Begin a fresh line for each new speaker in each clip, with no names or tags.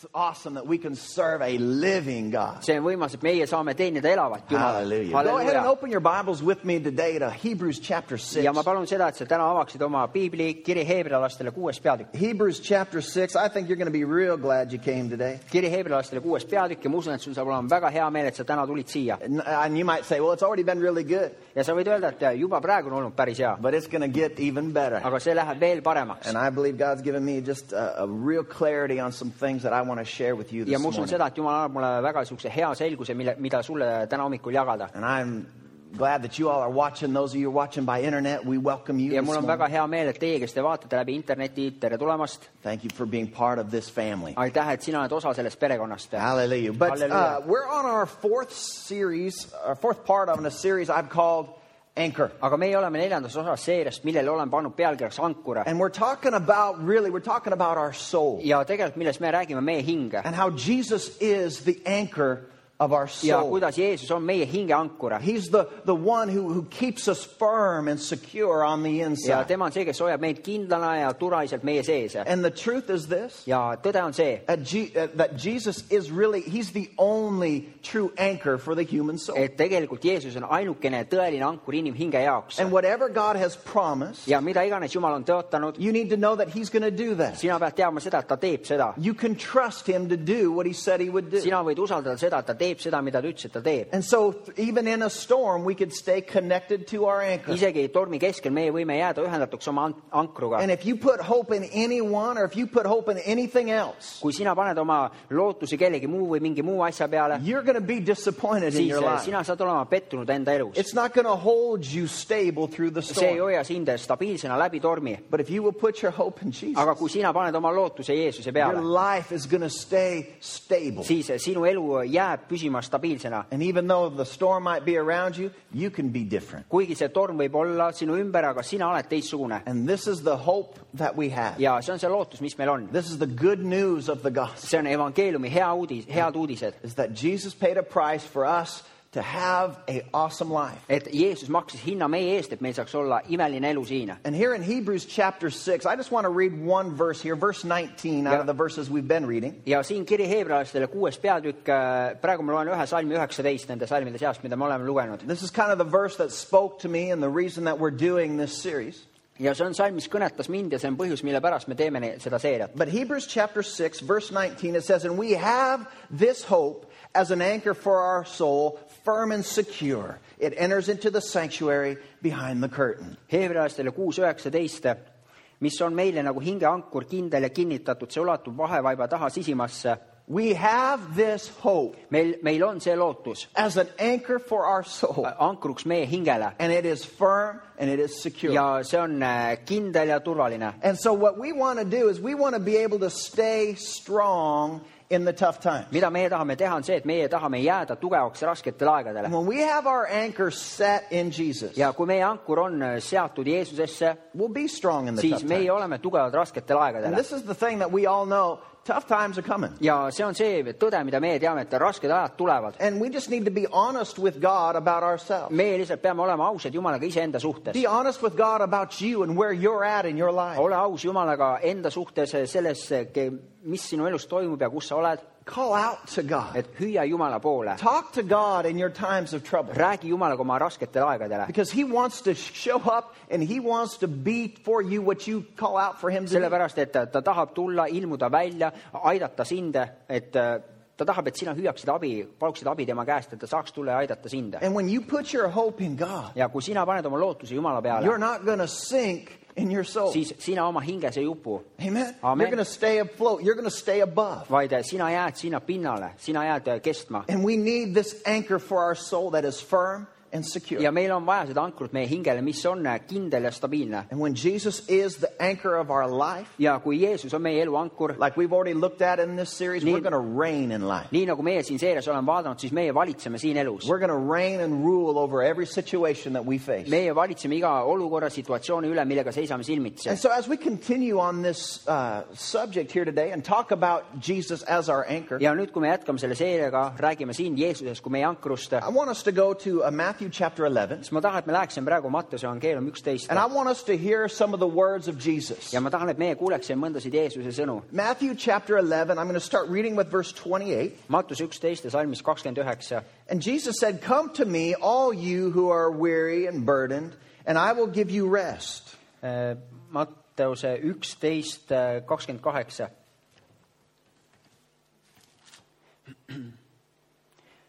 It's awesome that we can serve a living God.
see on võimas , et meie saame teenida elavat
Hallelujah.
Jumalat .
Go ahead and open your Bibles with me today to Hebrews chapter 6.
ja ma palun seda , et sa täna avaksid oma piibli kiri heebrealastele kuues peatükk .
Hebrews chapter 6. I think you're going to be real glad you came today.
kiri heebrealastele kuues peatükk ja ma usun , et sul saab olema väga hea meel , et sa täna tulid siia .
And, uh, and you might say, well, it's already been really good,
ja sa võid öelda , et juba praegu on olnud päris hea ,
but it's going to get even better.
aga see läheb veel paremaks
And . I believe God's given me just a, a real clarity on some things that I want to share with you
ja
this
ma usun
morning.
seda , et Jumal annab mulle väga niisuguse hea selguse , mille , mida sulle täna hommikul jagada .
And I'm glad that you all are watching. Those of you who are watching by internet, we welcome you.
ja
this
mul on
morning.
väga hea meel , et teie , kes te vaatate läbi interneti , tere tulemast .
Thank you for being part of this family.
aitäh , et sina oled osa sellest perekonnast .
Hallelujah. But uh,
Hallelujah.
we're on our fourth series, our fourth part of a series I've called Anchor.
aga meie oleme neljandas osas seeriast , millele olen pannud pealkirjaks ankure
And we're talking about, really, we're talking about our soul
ja tegelikult , millest me räägime , meie hinge
and how Jesus is the anchor of our
ja
soul.
kuidas Jeesus on meie hinge ankure
He's the, the one who, who keeps us firm and secure on the
ja
inside.
tema on see , kes hoiab meid kindlana ja turvaliselt meie sees .
And the truth is this.
ja tõde on see ,
That, Je- uh, that Jesus is really, he's the only true anchor for the human soul.
et tegelikult Jeesus on ainukene tõeline ankur inimhinge jaoks
And whatever God has promised,
ja mida iganes Jumal on tõotanud ,
you need to know that he's going to do that.
sina pead teadma seda , et ta teeb seda .
You can trust him to do what he said he would do.
sina võid usaldada seda , et ta teeb seda , mida ta ütles , et ta teeb .
And so, th- even in a storm, we could stay connected to our anchor.
isegi tormi keskel meie võime jääda ühendatuks oma an- ankruga
And if you put hope in anyone or if you put hope in anything else,
kui sina paned oma lootuse kellegi muu või mingi muu asja peale ,
you're going to be disappointed in
siis
your
eh,
life.
sina saad olema pettunud enda elus .
It's not going to hold you stable through the
see ei
storm.
hoia sind stabiilsena läbi tormi ,
But if you will put your hope in
aga
Jesus,
kui sina paned oma lootuse Jeesuse
your
peale ,
life is going to stay stable.
siis eh, sinu elu jääb püsima stabiilsena .
And even though the storm might be around you, you can be different.
kuigi see torm võib olla sinu ümber , aga sina oled teistsugune
And this is the hope that we have.
ja see on see lootus , mis meil on .
This is the good news of the gospel.
see on evangeeliumi hea uudis , head uudised ,
is that Jesus paid a price for us to have an awesome life.
et Jeesus maksis hinna meie eest , et meil saaks olla imeline elu siin .
And here in Hebrews chapter 6, I just want to read one verse here, verse 19 out
Yeah.
of the verses we've been reading.
ja siin kiri heebrealastele kuues peatükk , praegu ma loen ühe salmi üheksateist nende salmide seast , mida me oleme lugenud .
This is kind of the verse that spoke to me and the reason that we're doing this series.
ja see on salm , mis kõnetas mind ja see on põhjus , mille pärast me teeme ne- seda seeriat .
But Hebrews chapter 6, verse 19, it says, And we have this hope as an anchor for our soul, firm and secure. It enters into the sanctuary behind the curtain.
heebrealastele kuus üheksateist , mis on meile nagu hingeankur kindel ja kinnitatud , see ulatub vahevaiba taha sisimasse .
We have this hope
meil , meil on see lootus ,
as an anchor for our soul.
ankruks meie hingele
and it is firm and it is secure.
ja see on äh, kindel ja turvaline .
And so, what we want to do is we want to be able to stay strong in the tough times.
mida meie tahame teha , on see , et meie tahame jääda tugevaks rasketel aegadel
And when we have our anchor set in Jesus,
ja kui meie ankur on äh, seatud Jeesusesse ,
we'll be strong in the tough
siis meie
times.
oleme tugevad rasketel
And
aegadel .
this is the thing that we all know tough times are coming.
ja see on see tõde , mida meie teame , et rasked ajad tulevad .
And we just need to be honest with God about ourselves.
meie lihtsalt peame olema ausad Jumalaga iseenda suhtes .
Be honest with God about you and where you're at in your life.
ole aus Jumalaga enda suhtes selles , mis sinu elus toimub ja kus sa oled ,
Call out to God.
et hüüa Jumala poole .
Talk to God in your times of trouble.
räägi Jumalaga oma rasketel aegadel ,
Because he wants to show up and he wants to be for you what you call out for him to do.
sellepärast et ta- ta tahab tulla , ilmuda välja , aidata sind , et äh, ta tahab , et sina hüüaksid abi , paluksid abi tema käest , et ta saaks tulla ja aidata sind .
And when you put your hope in God,
ja kui sina paned oma lootuse Jumala
you're
peale ,
not going to sink in your soul.
siis sina oma hinges ei upu ,
Amen.
Amen.
You're going to stay afloat. You're going to stay above.
vaid äh, sina jääd sinna pinnale , sina jääd äh, kestma .
And we need this anchor for our soul that is firm and secure.
ja meil on vaja seda ankrut meie hingele , mis on äh, kindel ja stabiilne .
And when Jesus is the anchor of our life,
ja kui Jeesus on meie elu ankur ,
like we've already looked at in this series, we're
Need-
going to reign in life.
nii nagu meie siin seeres oleme vaadanud , siis meie valitseme siin elus .
We're going to reign and rule over every situation that we face.
meie valitseme iga olukorra , situatsiooni üle , millega seisame silmitsi
And . so, as we continue on this uh, subject here today and talk about Jesus as our anchor,
ja nüüd , kui me jätkame selle seeriaga , räägime siin Jeesusest kui meie ankrust ,
I want us to go to uh, Matthew chapter 11,
siis ma tahan , et me läheksime praegu Mattuse evangeelium üksteist
and I want us to hear some of the words of Jesus.
ja ma tahan , et meie kuuleksime mõndasid Jeesuse sõnu .
Matthew chapter 11, I'm going to start reading with verse 28.
Mattuse üksteist ja salmis kakskümmend üheksa
And Jesus said, Come to me, all you who are weary and burdened, and I will give you rest.
Matteuse üksteist äh, kakskümmend kaheksa .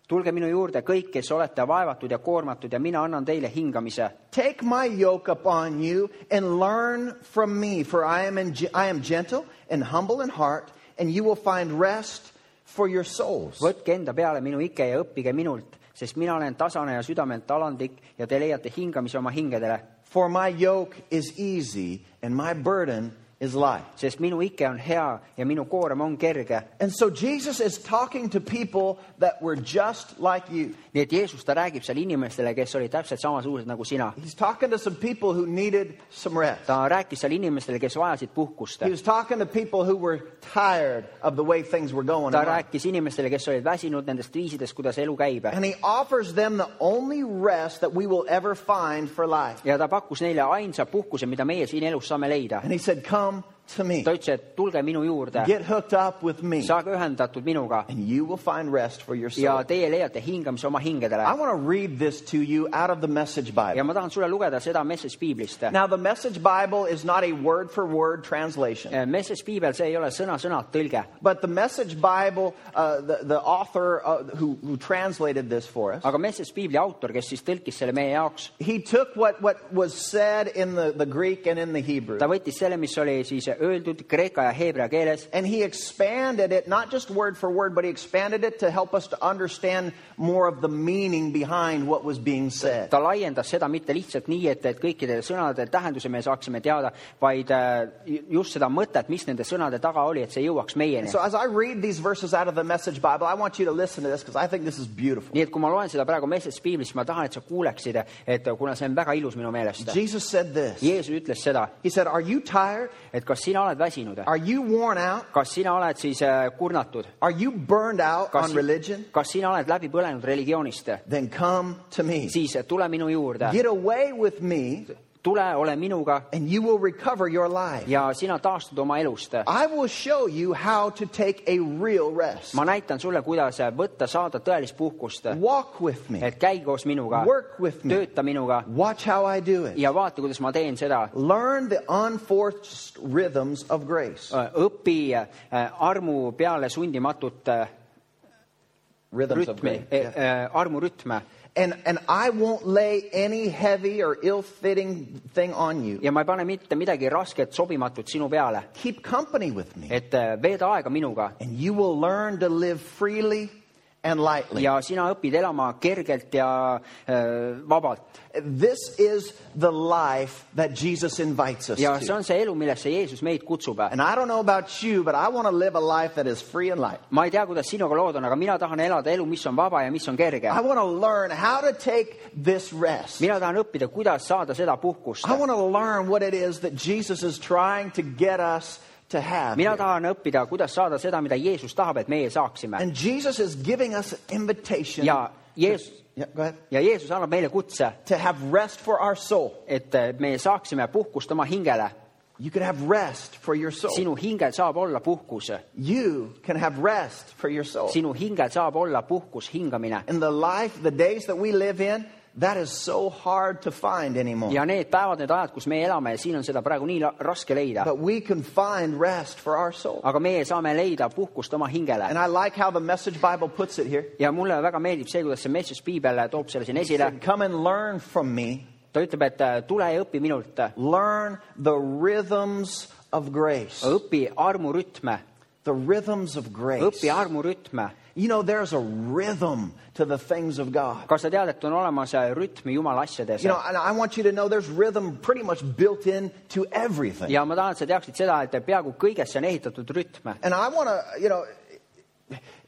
tulge minu juurde kõik , kes olete vaevatud ja koormatud ja mina annan teile hingamise .
Take my yoke upon you and learn from me, for I am, in, I am gentle and humble in heart, and you will find rest for your souls.
võtke enda peale minu ike ja õppige minult , sest mina olen tasane ja südamelt alandlik ja te leiate hingamise oma hingedele ,
For my yoke is easy and my burden is light.
sest minu ike on hea ja minu koorem on kerge .
And so Jesus is talking to people that were just like you.
nii et Jeesus , ta räägib seal inimestele , kes olid täpselt samasugused nagu sina .
He's talking to some people who needed some rest.
ta rääkis seal inimestele , kes vajasid puhkust
He was talking to people who were tired of the way things were going.
ta
in life.
rääkis inimestele , kes olid väsinud nendest viisidest , kuidas elu käib .
And he offers them the only rest that we will ever find for life.
ja ta pakkus neile ainsa puhkuse , mida meie siin elus saame leida .
And he said, Come to me.
ta ütles , et tulge minu juurde ,
Get hooked up with me,
saage ühendatud minuga
and you will find rest for your
ja
soul.
teie leiate hingamise oma hingedele
I want to read this to you out of the Message
ja
Bible.
ma tahan sulle lugeda seda Message piiblist .
Now, the Message Bible is not a word for word translation,
Äh, Message piibel , see ei ole sõna-sõnalt tõlge ,
but the Message Bible, uh, the, the author uh, who, who translated this for us,
aga Message piibli autor , kes siis tõlkis selle meie jaoks ,
he took what, what was said in the, the Greek and in the Hebrew,
ta võttis selle , mis oli siis öeldud kreeka ja heebrea keeles
and he expanded it, not just word for word, but he expanded it to help us to understand more of the meaning behind what was being said.
ta laiendas seda mitte lihtsalt nii , et , et kõikidel sõnadel tähenduse me saaksime teada , vaid äh, just seda mõtet , mis nende sõnade taga oli , et see jõuaks meieni
So, as I read these verses out of the Message Bible, I want you to listen to this because I think this is beautiful.
nii et kui ma loen seda praegu Message piiblist , ma tahan , et sa kuuleksid , et kuna see on väga ilus minu meelest .
Jesus said this
Jeesus ütles seda ,
He said, Are you tired?
et kas sina oled väsinud ,
Are you worn out?
kas sina oled siis äh, kurnatud ,
Are you burned out
kas
on religion? ,
kas sina oled läbi põlenud religioonist ,
Then come to me.
siis äh, tule minu juurde ,
Get away with me,
tule , ole minuga
and you will recover your life.
ja sina taastud oma elust .
I will show you how to take a real rest.
ma näitan sulle , kuidas äh, võtta , saada tõelist puhkust
Walk with me.
et käi koos minuga
Work with , me.
tööta minuga
Watch how I do it.
ja vaata , kuidas ma teen seda .
Learn the unforced rhythms of grace.
õpi äh, armu peale sundimatut äh,
Rhythms of
rütmi
grace.
eh,
Yeah.
eh, armurütme
And, and I won't lay any heavy or ill fitting thing on you.
ja ma ei pane mitte midagi rasket , sobimatut sinu peale ,
Keep company with me,
et äh, veeda aega minuga
and you will learn to live freely and lightly.
ja sina õpid elama kergelt ja äh, vabalt
This is the life that Jesus invites us
ja see
to.
on see elu , millesse Jeesus meid kutsub .
And I don't know about you, but I want to live a life that is free and light.
ma ei tea , kuidas sinuga lood on , aga mina tahan elada elu , mis on vaba ja mis on kerge
I want to learn how to take this rest.
mina tahan õppida , kuidas saada seda puhkust
I want to learn what it is that Jesus is trying to get us to have.
mina
here.
tahan õppida , kuidas saada seda , mida Jeesus tahab , et meie saaksime .
And Jesus is giving us an invitation
ja Jeesus ,
Yeah, go ahead.
ja Jeesus annab meile kutse ,
to have rest for our soul.
et me saaksime puhkust oma hingele .
You can have rest for your soul.
sinu hingel saab olla puhkus ,
You can have rest for your soul.
sinu hingel saab olla puhkus , hingamine .
And the life, the days that we live in, that is so hard to find anymore.
ja need päevad , need ajad , kus me elame , siin on seda praegu nii la- raske leida ,
But we can find rest for our soul.
aga meie saame leida puhkust oma hingele
And I like how the Message Bible puts it here.
ja mulle väga meeldib see , kuidas see Message piibel toob selle siin
He
esile
said, Come and learn from me.
ta ütleb , et äh, tule ja õpi minult ,
Learn the rhythms of grace.
õpi armurütme ,
The rhythms of grace.
õpi armurütme
You know, there's a rhythm to the things of God.
kas sa tead , et on olemas äh, rütm jumala asjades
You know, and I want you to know there's rhythm pretty much built in to everything.
ja ma tahan , et sa teaksid seda , et peaaegu kõigesse on ehitatud rütm
And I want to, you know,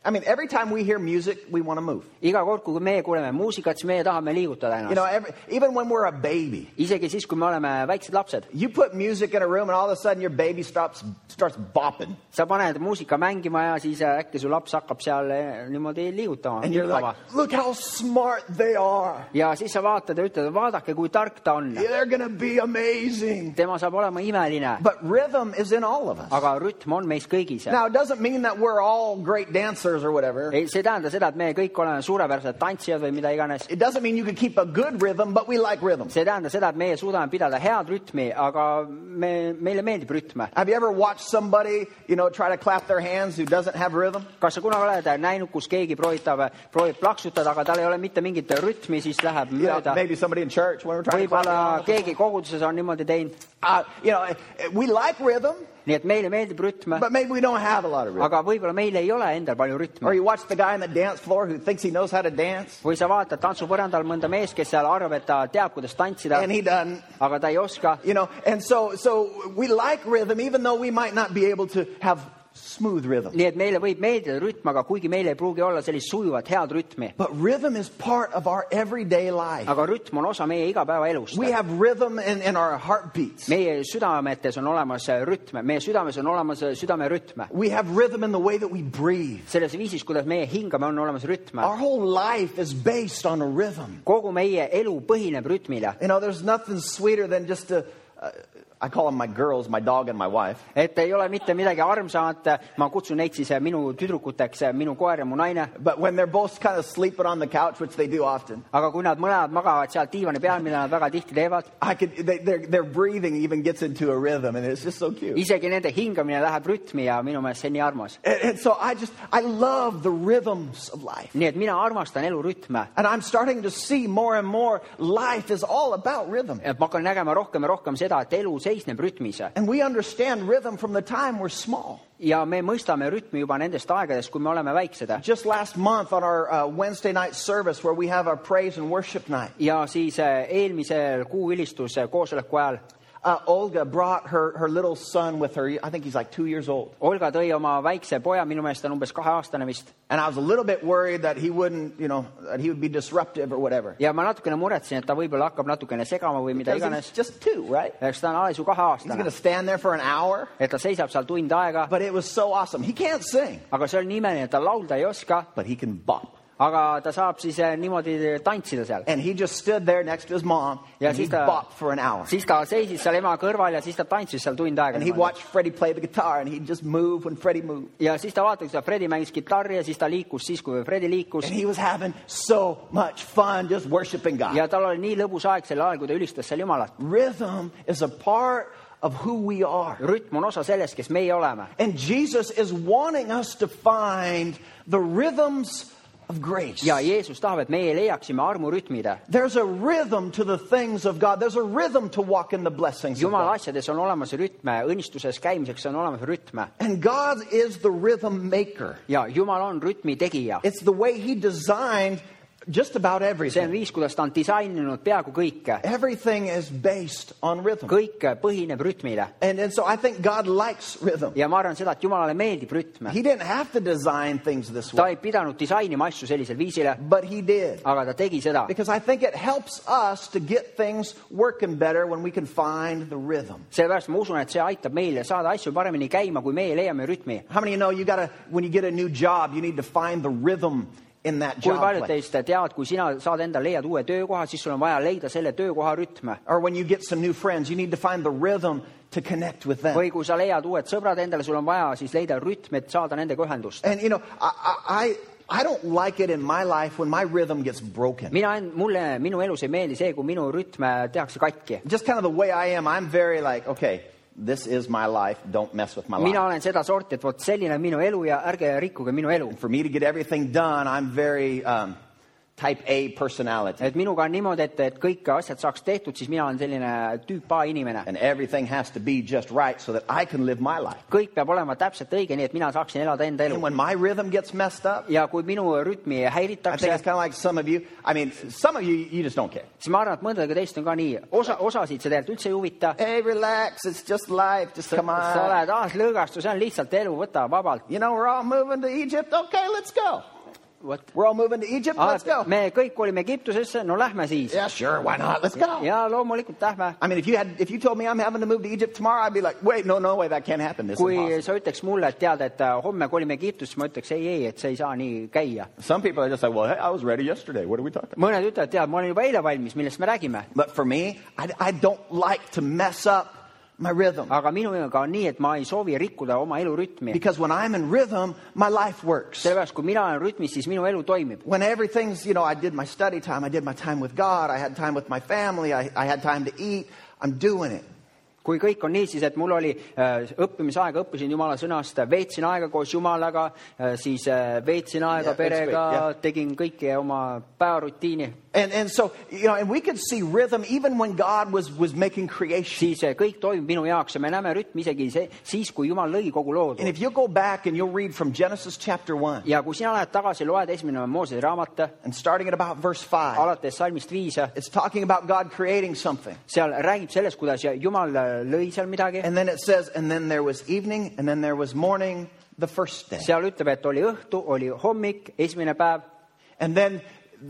I mean, every time we hear music, we want to move.
iga kord , kui meie kuuleme muusikat , siis meie tahame liigutada
You know,
ennast .
every, even when we're a baby,
isegi siis , kui me oleme väiksed lapsed ,
you put music in a room and all of a sudden your baby stops, starts bopping.
sa paned muusika mängima ja siis äh, äkki su laps hakkab seal eh, niimoodi liigutama
And you're
liikuma.
like, look how smart they are.
ja siis sa vaatad ja ütled , vaadake , kui tark ta on .
Yeah, They're going to be amazing.
tema saab olema imeline ,
But rhythm is in all of us.
aga rütm on meis kõigis .
Now, it doesn't mean that we're all great dancers or whatever.
ei , see ei tähenda seda , et me kõik oleme suurepärased tantsijad või mida iganes .
It doesn't mean you can keep a good rhythm, but we like rhythm.
see ei tähenda seda , et meie suudame pidada head rütmi , aga me , meile meeldib rütm .
Have you ever watched somebody, you know, try to clap their hands who doesn't have rhythm?
kas sa kunagi oled näinud , kus keegi proovitab , proovib plaksutada , aga tal ei ole mitte mingit rütmi , siis läheb
You know,
mööda .
maybe somebody in church when we're trying to clap.
võib-olla
their hands.
keegi koguduses on niimoodi teinud ,
Uh, you know, we like rhythm,
nii et meile meeldib rütm ,
but maybe we don't have a lot of rhythm.
aga võib-olla meil ei ole endal palju
Or
rütmi .
you watch the guy on the dance floor who thinks he knows how to dance
või sa vaatad tantsupõrandal mõnda meest , kes seal arvab , et ta teab , kuidas tantsida
and he doesn't.
aga ta ei oska .
You know, and so so we like rhythm even though we might not be able to have smooth rhythm.
nii et meile võib meeldida rütm , aga kuigi meil ei pruugi olla sellist sujuvat head rütmi ,
But rhythm is part of our everyday life.
aga rütm on osa meie igapäevaelust .
We have rhythm in, in our heartbeats.
meie südametes on olemas äh, rütm , meie südames on olemas äh, südamerütm .
We have rhythm in the way that we breathe.
selles viisis , kuidas meie hingame , on olemas rütm .
Our whole life is based on a rhythm.
kogu meie elu põhineb rütmile .
You know, there's nothing sweeter than just to, uh, I call them my girls, my dog, and my wife.
et ei ole mitte midagi armsamat , ma kutsun neid siis äh, minu tüdrukuteks , minu koer ja mu naine ,
But when they're both kind of sleeping on the couch, which they do often,
aga kui nad mõlemad magavad seal diivani peal , mida nad väga tihti teevad ,
I could, they, their, their breathing even gets into a rhythm, and it's just so cute.
isegi nende hingamine läheb rütmi ja minu meelest see on nii armas .
And, and so I just, I love the rhythms of life.
nii et mina armastan elurütme
And I'm starting to see more and more life is all about rhythm.
et ma hakkan nägema rohkem ja rohkem seda , et elu seisneb rütmis
And we understand rhythm from the time we're small.
ja me mõistame rütmi juba nendest aegadest , kui me oleme väiksed .
Just last month on our uh, Wednesday night service where we have our praise and worship night,
ja siis eh, eelmisel kuu vilistuse koosoleku ajal
uh, Olga brought her, her little son with her. I think he's like two years old.
Olga tõi oma väikse poja , minu meelest on umbes kaheaastane vist ,
And I was a little bit worried that he wouldn't, you know, that he would be disruptive or whatever.
ja ma natukene muretsesin , et ta võib-olla hakkab natukene segama või mida
Because he's
iganes .
just two, right?
eks ta on alles ju
He's going
kaheaastane
to , stand there for an hour.
et ta seisab seal tund aega ,
But it was so awesome. He can't sing,
aga see on nii imeline , et ta laulda ei oska ,
but he can bop.
aga ta saab siis eh, niimoodi tantsida seal .
And he just stood there next to his mom
ja
and he
siis ta
bopped for an hour.
siis ta seisis seal ema kõrval ja siis ta tantsis seal tund aega
And he
niimoodi.
watched Freddie play the guitar and he'd just move when Freddie moved.
ja siis ta vaatas , kuidas Fredi mängis kitarri ja siis ta liikus siis , kui Fredi liikus
And he was having so much fun just worshiping God.
ja tal oli nii lõbus aeg sel ajal , kui ta ülistas seal Jumalat .
Rhythm is a part of who we are.
rütm on osa sellest , kes meie oleme
And Jesus is wanting us to find the rhythms of grace.
ja Jeesus tahab , et meie leiaksime armurütmide .
There's a rhythm to the things of God. There's a rhythm to walk in the blessings of
Jumala
God.
asjades on olemas rütme , õnnistuses käimiseks on olemas rütme
And God is the rhythm maker.
ja Jumal on rütmi tegija .
It's the way he designed just about
see on
everything.
viis , kuidas ta on disaininud peaaegu kõike ,
Everything is based on rhythm.
kõik põhineb rütmile
And, and so I think God likes rhythm.
ja ma arvan seda , et Jumalale meeldib rütm .
He didn't have to design things this
ta
way,
ei pidanud disainima asju sellisel viisile ,
but he did.
aga ta tegi seda
Because I think it helps us to get things working better when we can find the rhythm.
sellepärast ma usun , et see aitab meile saada asju paremini käima , kui meie leiame rütmi .
How many of you know you gotta, when you get a new job, you need to find the rhythm in that
kui
job?
paljud
place.
teist teavad , kui sina saad endale , leiad uue töökoha , siis sul on vaja leida selle töökoha rütm .
Or when you get some new friends, you need to find the rhythm to connect with them.
või kui sa leiad uued sõbrad endale , sul on vaja siis leida rütm , et saada nendega ühendust .
And you know, I, I, I I don't like it in my life when my rhythm gets broken.
mina , mulle , minu elus ei meeldi see , kui minu rütm tehakse katki .
Just kind of the way I am, I'm very like, okay, this is my life, don't mess with my
mina
life.
olen sedasorti , et vot selline on minu elu ja ärge rikkuge minu elu .
For me to get everything done, I'm very um, type A personality.
et minuga on niimoodi , et , et kõik asjad saaks tehtud , siis mina olen selline tüüp A inimene .
And everything has to be just right so that I can live my life.
kõik peab olema täpselt õige , nii et mina saaksin elada enda
And
elu .
when my rhythm gets messed up,
ja kui minu rütmi
I think
häiritakse
it's , kind of like some of you. I mean, some of you, you just don't care.
siis ma arvan , et mõndadega teist on ka nii , osa , osasid see tegelikult üldse ei huvita .
Hey, relax. It's just life. Just come
sa
on.
oled aaslõõgastu , see on lihtsalt elu , võta vabalt .
You know, we're all moving to Egypt. Okay, let's go.
vot .
We're all moving to Egypt. Let's go.
me kõik olime Egiptusesse , no lähme siis .
Yeah, sure. Why not? Let's go.
ja loomulikult lähme .
I mean, if you had, if you told me I'm having to move to Egypt tomorrow, I'd be like, wait, no, no way, that can't happen. This is
kui
impossible.
sa ütleks mulle , et tead , et äh, homme kolime Egiptusse , ma ütleks ei , ei , et see ei saa nii käia .
Some people are just like, well, hey, I was ready yesterday. What are we talking? about?
mõned ütlevad , tead , ma olin juba eile valmis , millest me räägime .
But for me, I, I don't like to mess up my rhythm
aga minuga on nii , et ma ei soovi rikkuda oma elurütmi .
because when I'm in rhythm, my life works.
sellepärast , kui mina olen rütmis , siis minu elu toimib .
When everything's, you know, I did my study time, I did my time with God, I had time with my family, I, I had time to eat, I'm doing it.
kui kõik on niisiis , et mul oli äh, õppimisaega , õppisin Jumala sõnast , veetsin aega koos Jumalaga , siis äh, veetsin
Yeah,
aega ja,
it's
perega
great, , yeah.
tegin kõiki oma päevarutiini ,
And, and so, you know, and we could see rhythm even when God was, was making creation.
siis äh, kõik toimib minu jaoks ja me näeme rütmi isegi see, siis , kui Jumal lõi kogu loodu
And . if you go back and you'll read from Genesis chapter 1
ja kui sina lähed tagasi , loed esimene Moosese raamat ,
and starting at about verse 5,
alates salmist viis ,
it's talking about God creating something.
seal räägib sellest , kuidas Jumal äh, lõi seal midagi ,
And then it says, and then there was evening, and then there was morning, the first day.
seal ütleb , et oli õhtu , oli hommik , esimene päev
And then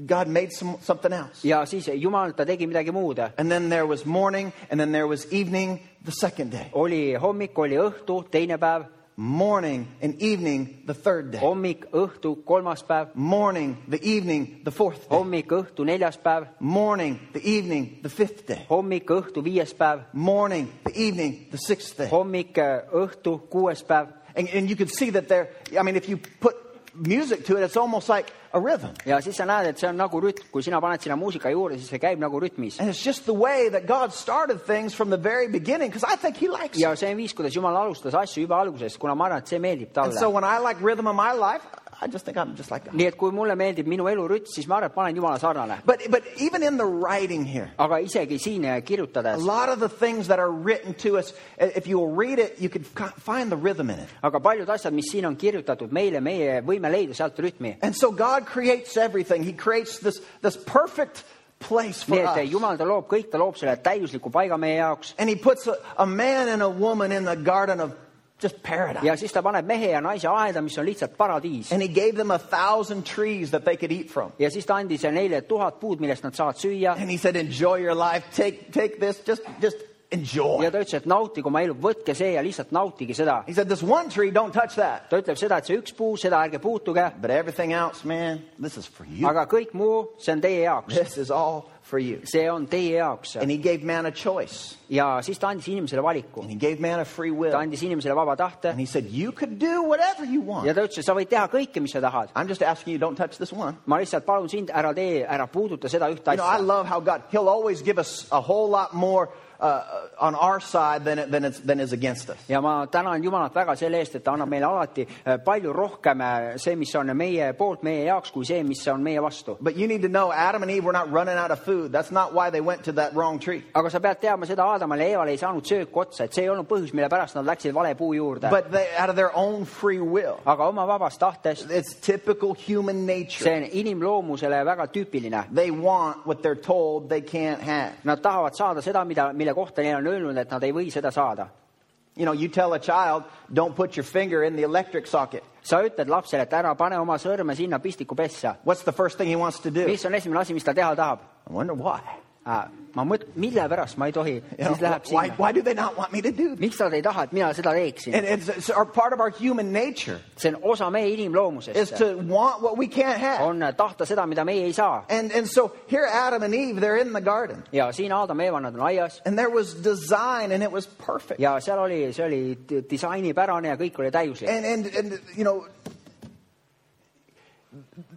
God made some, something else.
ja siis Jumal , ta tegi midagi muud .
And then there was morning, and then there was evening, the second day.
oli hommik , oli õhtu , teine päev
Morning and evening, the third day.
hommik , õhtu , kolmas päev ,
Morning, the evening, the fourth day.
hommik , õhtu , neljas päev ,
Morning, the evening, the fifth day.
hommik , õhtu , viies päev ,
Morning, the evening, the sixth day.
hommik , õhtu , kuues päev
And, and you can see that there, I mean, if you put music to it, it's almost like a rhythm.
ja siis sa näed , et see on nagu rütm , kui sina paned sinna muusika juurde , siis see käib nagu rütmis .
And it's just the way that God started things from the very beginning, because I think He likes it.
ja see on viis , kuidas Jumal alustas asju juba alguses , kuna ma arvan , et see meeldib
And so
talle .
when I like rhythm in my life, I just think I'm just like God.
nii et kui mulle meeldib minu elurütm , siis ma arvan , et ma olen Jumala sarnane .
But, but even in the writing here,
aga isegi siin eh,
a
kirjutades ,
lot of the things that are written to us, if you will read it, you can fi- find the rhythm in it.
aga paljud asjad , mis siin on kirjutatud meile , meie võime leida sealt rütmi .
And so God creates everything. He creates this, this perfect place for
nii et eh,
us.
Jumal , ta loob kõik , ta loob selle täiusliku paiga meie jaoks
And He puts a, a man and a woman in the garden of just paradise.
ja siis ta paneb mehe ja naise aeda , mis on lihtsalt paradiis .
And he gave them a thousand trees that they could eat from.
ja siis ta andis neile tuhat puud , millest nad saavad süüa
And he said, enjoy your life. Take, take this. Just, just enjoy.
ja ta ütles , et nautige oma elu , võtke see ja lihtsalt nautige seda .
He said, this one tree, don't touch that.
ta ütleb seda , et see üks puu , seda ärge puutuge ,
But everything else, man, this is for you.
aga kõik muu , see on teie jaoks ,
This is all for you.
see on teie jaoks .
And he gave man a choice.
ja siis ta andis inimesele valiku
And , he gave man a free will.
ta andis inimesele vaba tahte
And he said, you could do whatever you
ja
want.
ta ütles , et sa võid teha kõike , mis sa tahad .
I'm just asking you, don't touch this one.
ma lihtsalt palun sind , ära tee , ära puuduta seda ühte
You know, I
asja .
love how God, he'll always give us a whole lot more uh, on our side than, it, than, it's, than is against us.
ja ma tänan Jumalat väga selle eest , et ta annab meile alati eh, palju rohkem eh, see , mis on meie poolt , meie jaoks , kui see , mis on meie vastu .
But you need to know Adam and Eve were not running out of food. That's not why they went to that wrong tree.
aga sa pead teadma seda , Aadamale ja Eevale ei saanud söök otsa , et see ei olnud põhjus , mille pärast nad läksid vale puu juurde .
But they, out of their own free will.
aga oma vabast tahtest ,
It's typical human
see
nature.
on inimloomusele väga tüüpiline .
They want what they're told they can't have.
Nad tahavad saada seda , mida , mille kohta neile on öelnud , et nad ei või seda saada .
You know, you tell a child, don't put your finger in the electric socket.
sa ütled lapsele , et ära pane oma sõrme sinna pistikupessa .
What's the first thing he wants to do?
mis on esimene asi , mis ta teha tahab ?
I wonder why.
ma mõtlen , mille pärast ma ei tohi ,
You know,
siis läheb
why,
sinna .
why do they not want me to do this?
miks nad ei taha , et mina seda teeksin
And？it's, it's our, part of our human nature
see on osa meie
is
inimloomusest .
to want what we can't have.
on äh, tahta seda , mida meie ei saa .
And, and so here Adam and Eve, they're in the garden.
ja siin Aadam ja Eeva , nad on aias
And there was design and it was perfect.
ja seal oli , see oli di- disainipärane ja kõik oli täiuslik .
and and and you know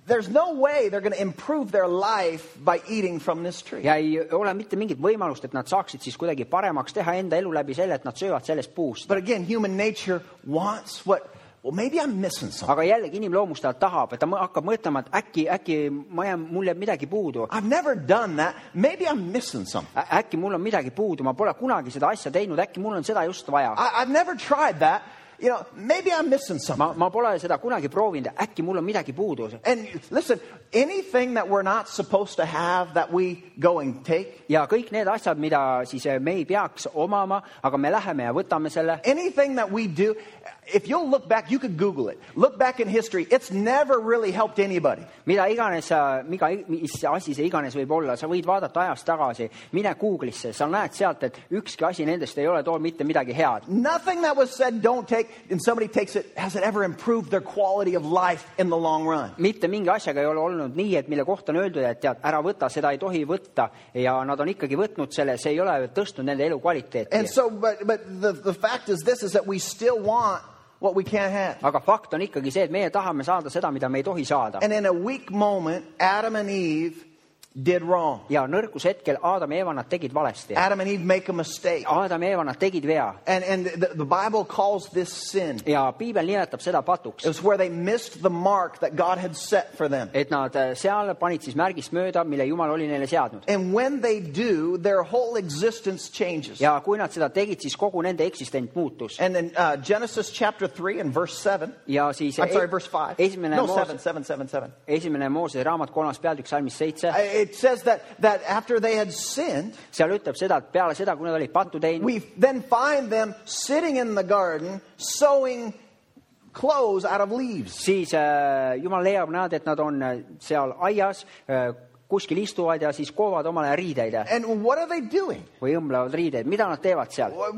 there's no way they're going to improve their life by eating from this tree
ja ei ole mitte mingit võimalust , et nad saaksid siis kuidagi paremaks teha enda elu läbi selle , et nad söövad sellest puust .
but again human nature wants what well, maybe I'm missing something.
aga jällegi inimloomustajalt tahab , et ta mõ- hakkab mõtlema , et äkki , äkki ma jään , mul jääb midagi puudu .
I've never done that. Maybe I'm missing something.
äkki mul on midagi puudu , ma pole kunagi seda asja teinud , äkki mul on seda just vaja .
I, I've never tried that. You know, maybe I'm missing something.
ma , ma pole seda kunagi proovinud , äkki mul on midagi puudu .
And listen, anything that we're not supposed to have that we go and take,
ja kõik need asjad , mida siis eh, me ei peaks omama , aga me läheme ja võtame selle .
anything that we do, if you'll look back, you could Google it. Look back in history. It's never really helped anybody.
mida iganes sa , mida , mis asi see iganes võib olla , sa võid vaadata ajas tagasi , mine Google'isse , sa näed sealt , et ükski asi nendest ei ole too mitte midagi head .
Nothing that was said don't take, and somebody takes it, has it ever improved their quality of life in the long run?
mitte mingi asjaga ei ole olnud nii , et mille kohta on öeldud , et tead , ära võta , seda ei tohi võtta ja nad on ikkagi võtnud selle , see ei ole tõstnud nende
And
elukvaliteeti .
so, but, but the, the fact is this, is that we still want what we can't have.
aga fakt on ikkagi see , et meie tahame saada seda , mida me ei tohi saada .
And in a weak moment, Adam and Eve did wrong.
ja nõrguse hetkel Adam ja Eva nad tegid valesti .
Adam and Eve make a mistake.
Adam ja Eva nad tegid vea
And, and the, the Bible calls this sin.
ja piibel nimetab seda
It
patuks ,
was where they missed the mark that God had set for them.
et nad äh, seal panid siis märgist mööda , mille Jumal oli neile seadnud .
And when they do, their whole existence changes.
ja kui nad seda tegid , siis kogu nende eksistent muutus .
And in uh, Genesis chapter 3 and verse 7,
ja siis e-
I'm sorry, verse 5.
esimene
No,
Moose-
7, 7, 7, 7.
esimene Moosese raamat , kolmas peatükk , salmis seitse
Uh, It says that, that after they had sinned,
seal ütleb seda , et peale seda , kui nad olid pattu teinud ,
we then find them sitting in the garden sewing clothes out of leaves.
siis äh, jumal leiab nad , et nad on äh, seal aias äh, , kuskil istuvad ja siis koovad omale riideid äh,
And what are they doing?
või õmblevad riideid , mida nad teevad seal ,
Wha-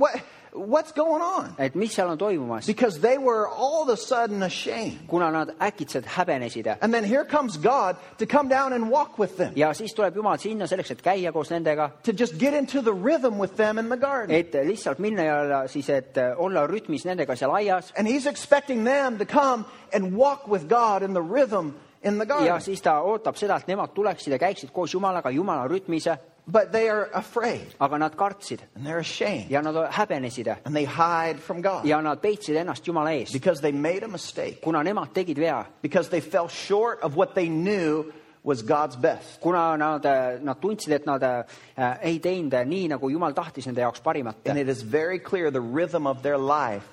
What, what's going on?
et mis seal on toimumas ,
Because they were all of a sudden ashamed.
kuna nad äkitselt häbenesid äh.
And then here comes God to come down and walk with them,
ja siis tuleb jumal sinna selleks , et käia koos nendega ,
to just get into the rhythm with them in the garden.
et lihtsalt minna ja olla siis , et äh, olla rütmis nendega seal aias
And He's expecting them to come and walk with God in the rhythm in the
ja
garden.
siis ta ootab seda , et nemad tuleksid ja käiksid koos Jumalaga Jumala rütmis ,
But they are afraid
aga nad kartsid
and they're ashamed
ja nad häbenesid
and they hide from God
ja nad peitsid ennast Jumala eest ,
because they made a mistake.
kuna nemad tegid vea ,
because they fell short of what they knew was God's best.
kuna nad , nad tundsid , et nad äh, ei teinud nii , nagu Jumal tahtis nende jaoks parimat
And it is very clear the rhythm of their life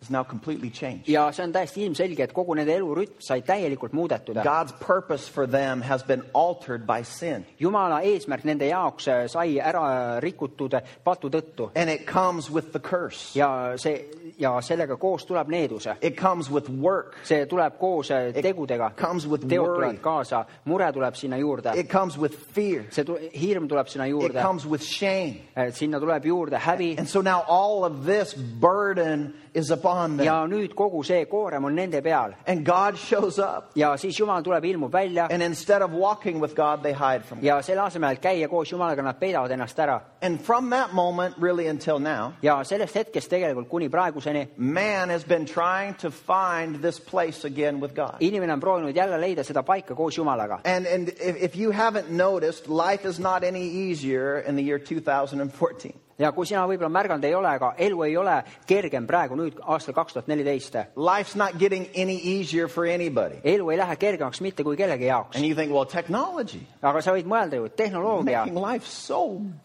is now completely changed.
ja see on täiesti ilmselge , et kogu nende elurütm sai täielikult muudetud .
God's purpose for them has been altered by sin.
Jumala eesmärk nende jaoks äh, sai ära rikutud patu tõttu
And it comes with the curse,
ja see ja sellega koos tuleb needuse
it comes with work,
see tuleb koos äh,
It
tegudega ,
comes with
teod
worry.
tulevad kaasa , mure tuleb sinna juurde ,
it comes with fear,
see tu- hirm tuleb sinna
it
juurde ,
comes with shame.
sinna tuleb juurde häbi
And so now all of this burden is upon them.
ja nüüd kogu see koorem on nende peal
And God shows up.
ja siis Jumal tuleb , ilmub välja
And instead of walking with God, they hide from Him.
ja selle asemel , et käia koos Jumalaga , nad peidavad ennast ära
And from that moment, really until now,
ja sellest hetkest tegelikult kuni praeguseni
man has been trying to find this place again with God.
inimene on proovinud jälle leida seda paika koos Jumalaga
And, and if, if you haven't noticed, life is not any easier in the year 2014.
ja kui sina võib-olla märganud ei ole , aga elu ei ole kergem praegu nüüd aastal kaks tuhat neliteist ,
Life's not getting any easier for anybody.
elu ei lähe kergemaks mitte kui kellegi jaoks
And you think, well, technology
aga sa võid mõelda ju , et tehnoloogia ,
making life so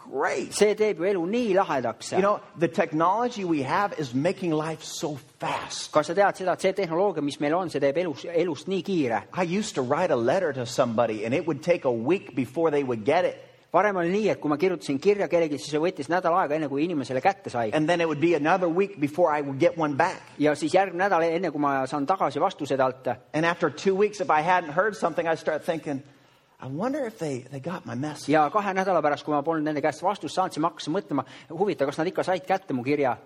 great.
see teeb ju elu nii lahedaks
You . know, the technology we have is making life so fast.
kas sa tead seda , et see tehnoloogia , mis meil on , see teeb elus , elust nii kiire ?
I used to write a letter to somebody, and it would take a week before they would get it.
varem oli nii , et kui ma kirjutasin kirja kellelegi , siis see võttis nädal aega , enne kui inimene selle kätte sai .
And then it would be another week before I would get one back.
ja siis järgmine nädal , enne kui ma saan tagasi vastuse talt ,
And after two weeks, if I hadn't heard something, I'd start thinking, I wonder if they, they got my message.
ja kahe nädala pärast , kui ma polnud nende käest vastust saanud , siis ma hakkasin mõtlema , huvitav , kas nad ikka said kätte mu kirja .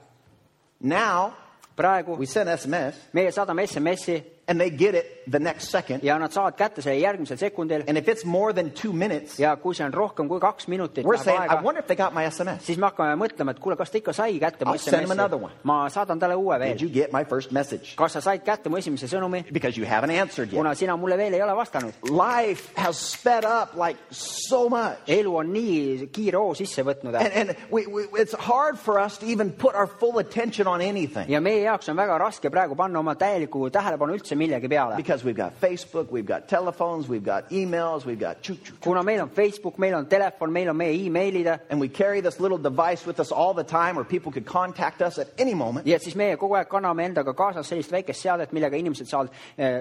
Now,
praegu
we send SMS,
meie saadame SMS-i
and they get it the next second.
ja nad saavad kätte selle järgmisel sekundil
And if it's more than two minutes,
ja kui see on rohkem kui kaks minutit
we're
läheb
saying, I
aega ,
wonder if they got my SMS.
siis me hakkame mõtlema , et kuule , kas ta ikka sai kätte mu
I'll send him another
SMS-i
one. .
ma saadan talle uue
Did
veel .
you get my first message?
kas sa said kätte mu esimese sõnumi ,
Because you haven't answered yet.
kuna sina mulle veel ei ole vastanud ?
Life has sped up like so much.
elu on nii kiire hoo sisse võtnud
And, and we, we, it's hard for us to even put our full attention on anything
ja meie jaoks on väga raske praegu panna oma täielikku tähelepanu üldse millegi peale .
because we've got Facebook, we've got telephones, we've got emails, we've got choo choo.
kuna meil on Facebook , meil on telefon , meil on meie emailid
And we carry this little device with us all the time where people could contact us at any moment.
nii et siis meie kogu aeg kanname endaga kaasas sellist väikest seadet , millega inimesed saavad ,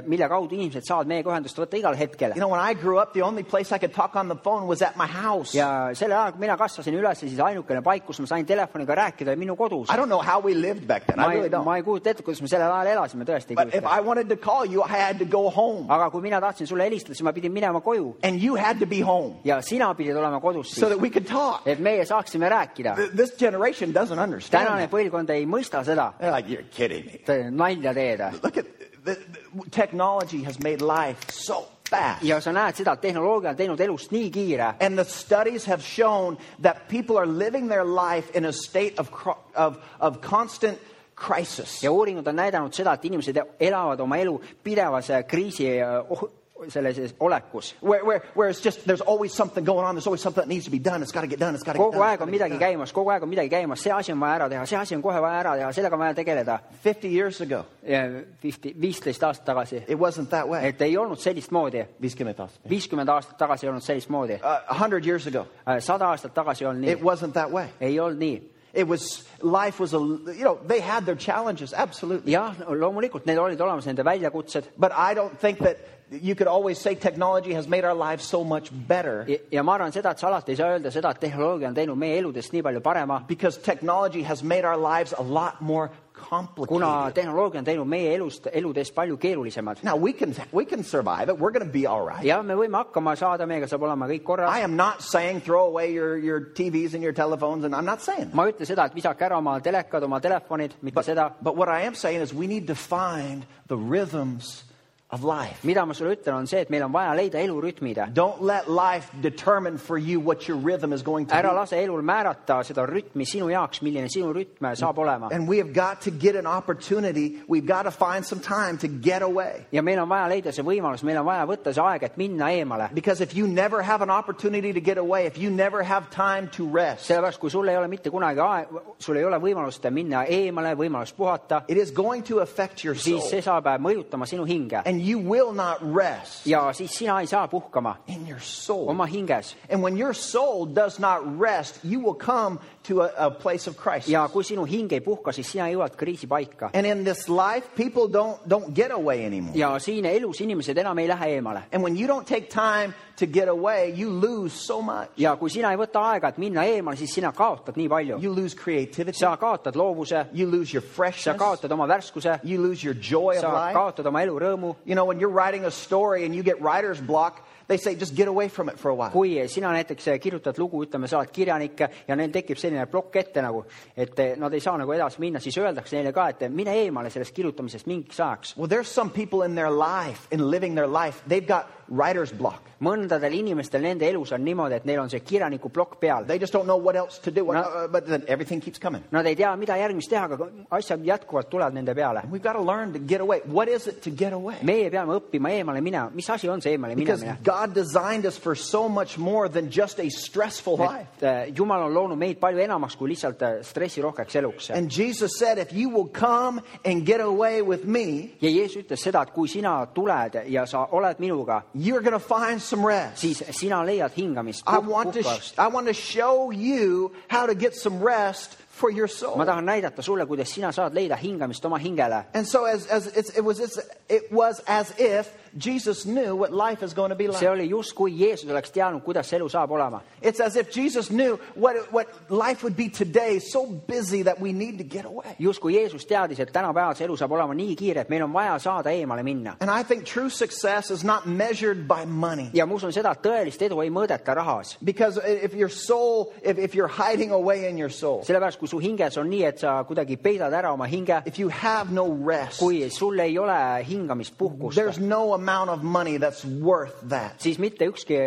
mille kaudu inimesed saavad meiega ühendust võtta igal hetkel
You know, when I grew up, the only place I could talk on the phone was at my house.
ja sel ajal , kui mina kasvasin üles , siis ainukene paik , kus ma sain telefoniga rääkida , oli minu kodus
I . don't know how we lived back then.
ma
I
ei
really , don't.
ma ei kujuta ette , kuidas me sellel ajal elasime , tõesti ei
But if
kujuta .
I wanted to call you, I had to go home.
aga kui mina tahtsin sulle helistada , siis ma pidin minema koju
And you had to be home
ja sina pidid olema
so
kodus siis ,
that we could talk.
et meie saaksime rääkida .
Th- This generation doesn't understand.
tänane
that.
põlvkond ei mõista seda ,
They're like, you're kidding me.
nalja teed .
Look at the, the, technology has made life so fast.
ja sa näed seda , et tehnoloogia on teinud elust nii kiire
And the studies have shown that people are living their life in a state of, cro- of, of constant crisis.
ja uuringud on näidanud seda , et inimesed elavad oma elu pidevas äh, kriisi äh, oh, selles olekus .
Where, where, where it's just, there's always something going on. There's always something that needs to be done. It's got to get done. It's got to get
kogu
done.
aeg
it's
on
gotta get
midagi
done.
käimas , kogu aeg on midagi käimas , see asi on vaja ära teha , see asi on kohe vaja ära teha , sellega on vaja tegeleda .
50 years ago,
viisteist aastat tagasi ,
it wasn't that way.
et ei olnud sellist moodi ,
A
viiskümmend aastat tagasi ei olnud sellist moodi ,
Uh, hundred years ago,
sada aastat tagasi ei olnud
it
nii ,
wasn't that way.
ei olnud nii .
It was, life was a, you know, they had their challenges, absolutely.
jah , loomulikult neil olid olemas nende väljakutsed
But I don't think that you could always say technology has made our lives so much better
ja, ja ma arvan seda , et sa alati ei saa öelda seda , et tehnoloogia on teinud meie eludest nii palju parema ,
because technology has made our lives a lot more
kuna
complicated.
tehnoloogia on teinud meie elust , eludest palju keerulisemad .
Now we can we can survive it. We're going to be all right.
jah , me võime hakkama saada , meiega saab olema kõik korras .
I am not saying throw away your, your TVs and your telephones, and I'm not saying that.
ma uh, ei ütle seda , et visake ära oma telekad , oma telefonid , mitte seda .
But, but what I am saying is we need to find the rhythms of life.
mida ma sulle ütlen , on see , et meil on vaja leida elurütmid .
Don't let life determine for you what your rhythm is going
ära
to
lase elul määrata seda rütmi sinu jaoks , milline sinu rütm saab olema
be. . And we have got to get an opportunity. We've got to find some time to get away.
ja meil on vaja leida see võimalus , meil on vaja võtta see aeg , et minna eemale .
Because if you never have an opportunity to get away, if you never have time to rest,
sellepärast , kui sul ei ole mitte kunagi aeg , sul ei ole võimalust minna eemale , võimalust puhata ,
it is going to affect your soul.
siis see saab äh, mõjutama sinu hinge
And you will not rest
ja siis sina ei saa puhkama
in your soul.
oma hinges
And when your soul does not rest, you will come to a, a place of crisis.
ja kui sinu hing ei puhka , siis sina jõuad kriisipaika .
And in this life, people don't, don't get away anymore.
ja siin elus inimesed enam ei lähe eemale
And when you don't take time to get away, you lose so much.
ja kui sina ei võta aega , et minna eemale , siis sina kaotad nii palju .
You lose creativity.
sa kaotad loovuse ,
You lose your
sa
freshness.
kaotad oma värskuse ,
You lose your joy of
sa
life.
kaotad oma elurõõmu .
You know, when you're writing a story and you get writer's block, they say just get away from it for a while.
kui sina näiteks eh, kirjutad lugu , ütleme , sa oled kirjanik ja neil tekib selline plokk ette nagu , et nad ei saa nagu edasi minna , siis öeldakse neile ka , et eh, mine eemale sellest kirjutamisest mingiks ajaks .
Well, there's some people in their life, in living their life, they've got writer's block.
mõndadel inimestel nende elus on niimoodi , et neil on see kirjaniku plokk peal .
They just don't know what else to do.
No.
Uh, but then everything keeps coming.
Nad ei tea , mida järgmist teha , aga asjad jätkuvalt tulevad nende peale .
We've got to learn to get away. What is it to get away?
meie peame õppima eemale minema , mis asi on see eemale
Because
minemine ?
God designed us for so much more than just a stressful life.
et äh, Jumal on loonud meid palju enamaks kui lihtsalt äh, stressirohkeks eluks .
And Jesus said, If you will come and get away with me,
ja Jeesus ütles seda , et kui sina tuled ja sa oled minuga ,
you're going to find some rest.
siis sina leiad hingamist
I want, to sh-
puhkust .
I want to show you how to get some rest for your
ma
soul.
tahan näidata sulle , kuidas sina saad leida hingamist oma hingele .
And so as, as it's, it, was, it's, it was as if Jesus knew what life is going to be
see
like.
oli justkui Jeesus oleks teadnud , kuidas see elu saab olema .
It's as if Jesus knew what, what life would be today, so busy that we need to get away.
justkui Jeesus teadis , et tänapäeval see elu saab olema nii kiire , et meil on vaja saada eemale minna .
And I think true success is not measured by money.
ja ma usun seda , et tõelist edu ei mõõdeta rahas .
Because if your soul, if, if you're hiding away in your soul,
sellepärast , kui su hinges on nii , et sa kuidagi peidad ära oma hinge ,
if you have no rest,
kui sul ei ole hingamispuhkust
there's , no amount of money that's worth that.
siis mitte ükski ,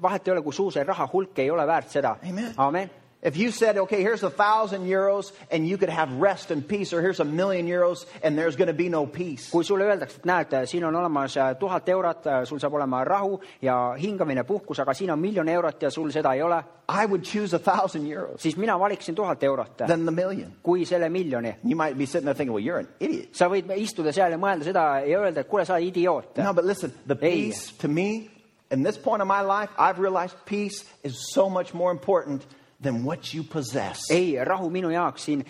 vahet ei ole , kui suur see raha hulk ei ole väärt seda
Amen. .
amen .
If you said, okay, here's a thousand euros and you could have rest and peace, or here's a million euros and there's going to be no peace,
kui sulle öeldakse , et näed , siin on olemas äh, tuhat eurot , sul saab olema rahu ja hingamine , puhkus , aga siin on miljon eurot ja sul seda ei ole ,
I would choose a thousand euros
siis mina valiksin tuhat eurot
than the million.
kui selle miljoni .
You might be sitting there thinking, well, you're an idiot.
sa võid istuda seal ja mõelda seda ja öelda , et kuule , sa oled idioot .
No, but listen, the
Hey.
peace to me, in this point of my life, I've realized peace is so much more important than what you possess.
ei , rahu minu jaoks siin ,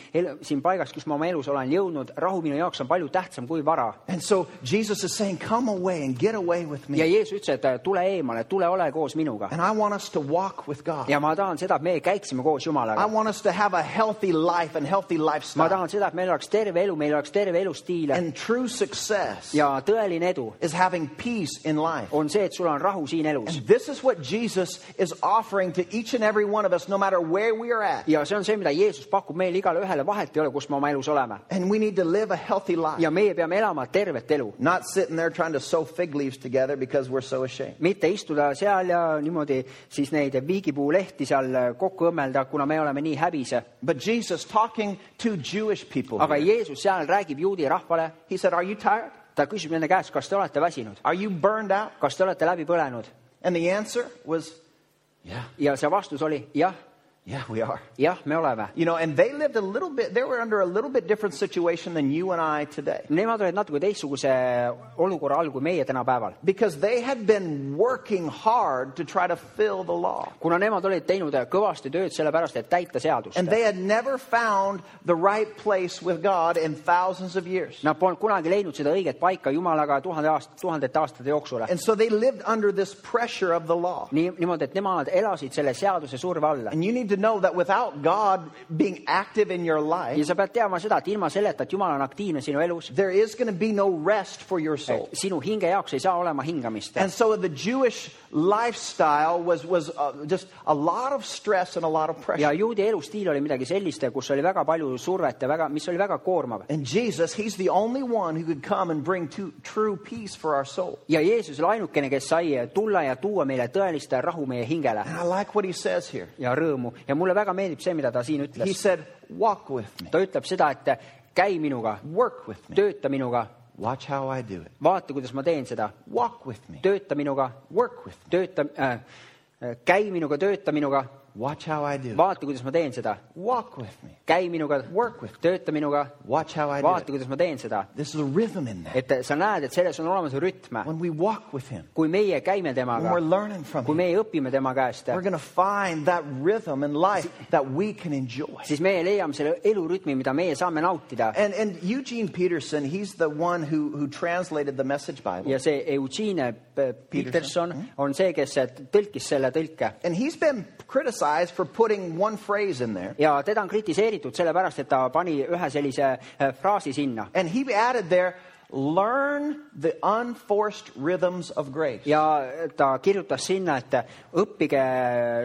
siin paigas , kus ma oma elus olen jõudnud , rahu minu jaoks on palju tähtsam kui vara .
And so Jesus is saying, come away and get away with
ja
me.
Jeesus ütles , et äh, tule eemale , tule ole koos minuga .
And I want us to walk with God.
ja ma tahan seda , et meie käiksime koos
I
Jumalaga .
want us to have a healthy life and healthy
ma
lifestyle.
tahan seda , et meil oleks terve elu , meil oleks terve elustiil
And true success
ja tõeline edu
is having peace in life.
on see , et sul on rahu siin elus .
And this is what Jesus is offering to each and every one of us, no matter where we are at.
ja see on see , mida Jeesus pakub meile igale ühele , vahet ei ole , kus me oma elus oleme .
And we need to live a healthy life,
ja meie peame elama tervet elu ,
not sitting there trying to sew fig leaves together because we're so ashamed.
mitte istuda seal ja niimoodi siis neid viigipuulehti seal kokku õmmelda , kuna me oleme nii häbis .
But Jesus, talking to Jewish people,
aga
here,
Jeesus seal räägib juudi rahvale ,
he said, Are you tired?
ta küsib nende käest , kas te olete väsinud ,
Are you burned out?
kas te olete läbi põlenud
And the answer was, Yeah,
ja see vastus oli jah ,
yeah, we are.
jah , me oleme .
You know, and they lived a little bit, they were under a little bit different situation than you and I today.
Nemad olid natuke teistsuguse olukorra all kui meie tänapäeval ,
Because they had been working hard to try to fill the law.
kuna nemad olid teinud kõvasti tööd sellepärast , et täita seadust .
And they had never found the right place with God in thousands of years.
Nad polnud kunagi leidnud seda õiget paika Jumalaga tuhande aast- , tuhandete aastate jooksul .
And so they lived under this pressure of the law.
nii , niimoodi , et nemad elasid selle seaduse surve all .
And you need to know that without God being active in your
ja
life,
sa pead teadma seda , et ilma selleta , et Jumal on aktiivne sinu elus ,
there is going to be no rest for your soul.
sinu hinge jaoks ei saa olema hingamist .
And so the Jewish lifestyle was, was uh, just a lot of stress and a lot of pressure.
ja juudi elustiil oli midagi sellist , kus oli väga palju survet ja väga , mis oli väga koormav .
And Jesus, He's the only one who could come and bring to, true peace for our soul.
ja Jeesus oli ainukene , kes sai tulla ja tuua meile tõelist rahu meie hingele
And I like what He says here.
ja rõõmu ja mulle väga meeldib see , mida ta
He
siin ütles .
said, Walk with me,
ta ütleb seda , et käi minuga ,
work with me,
tööta minuga ,
watch how I do it.
vaata , kuidas ma teen seda ,
Walk with me,
tööta minuga
work with me,
tööta äh, , käi minuga , tööta minuga ,
watch how I do it.
vaata , kuidas ma teen seda ,
Walk with me,
käi minuga ,
work with me,
tööta minuga ,
watch how I
vaata ,
do it.
kuidas ma teen seda .
This is a rhythm in that.
et sa näed , et selles on olemas rütm .
When we walk with Him,
kui meie
when
käime
we're
temaga ,
learning from
kui
Him,
meie õpime tema käest ,
we're going to find that rhythm in life that we can enjoy.
siis meie leiame selle elurütmi , mida meie saame nautida .
And, and Eugene Peterson, he's the one who, who translated the Message Bible.
ja see Eugene P- Peterson on see , kes tõlkis selle tõlke
And he's been criticized for putting one phrase in there.
ja teda on kritiseeritud sellepärast , et ta pani ühe sellise äh, fraasi sinna
And he added there, learn the unforced rhythms of grace.
ja ta kirjutas sinna , et õppige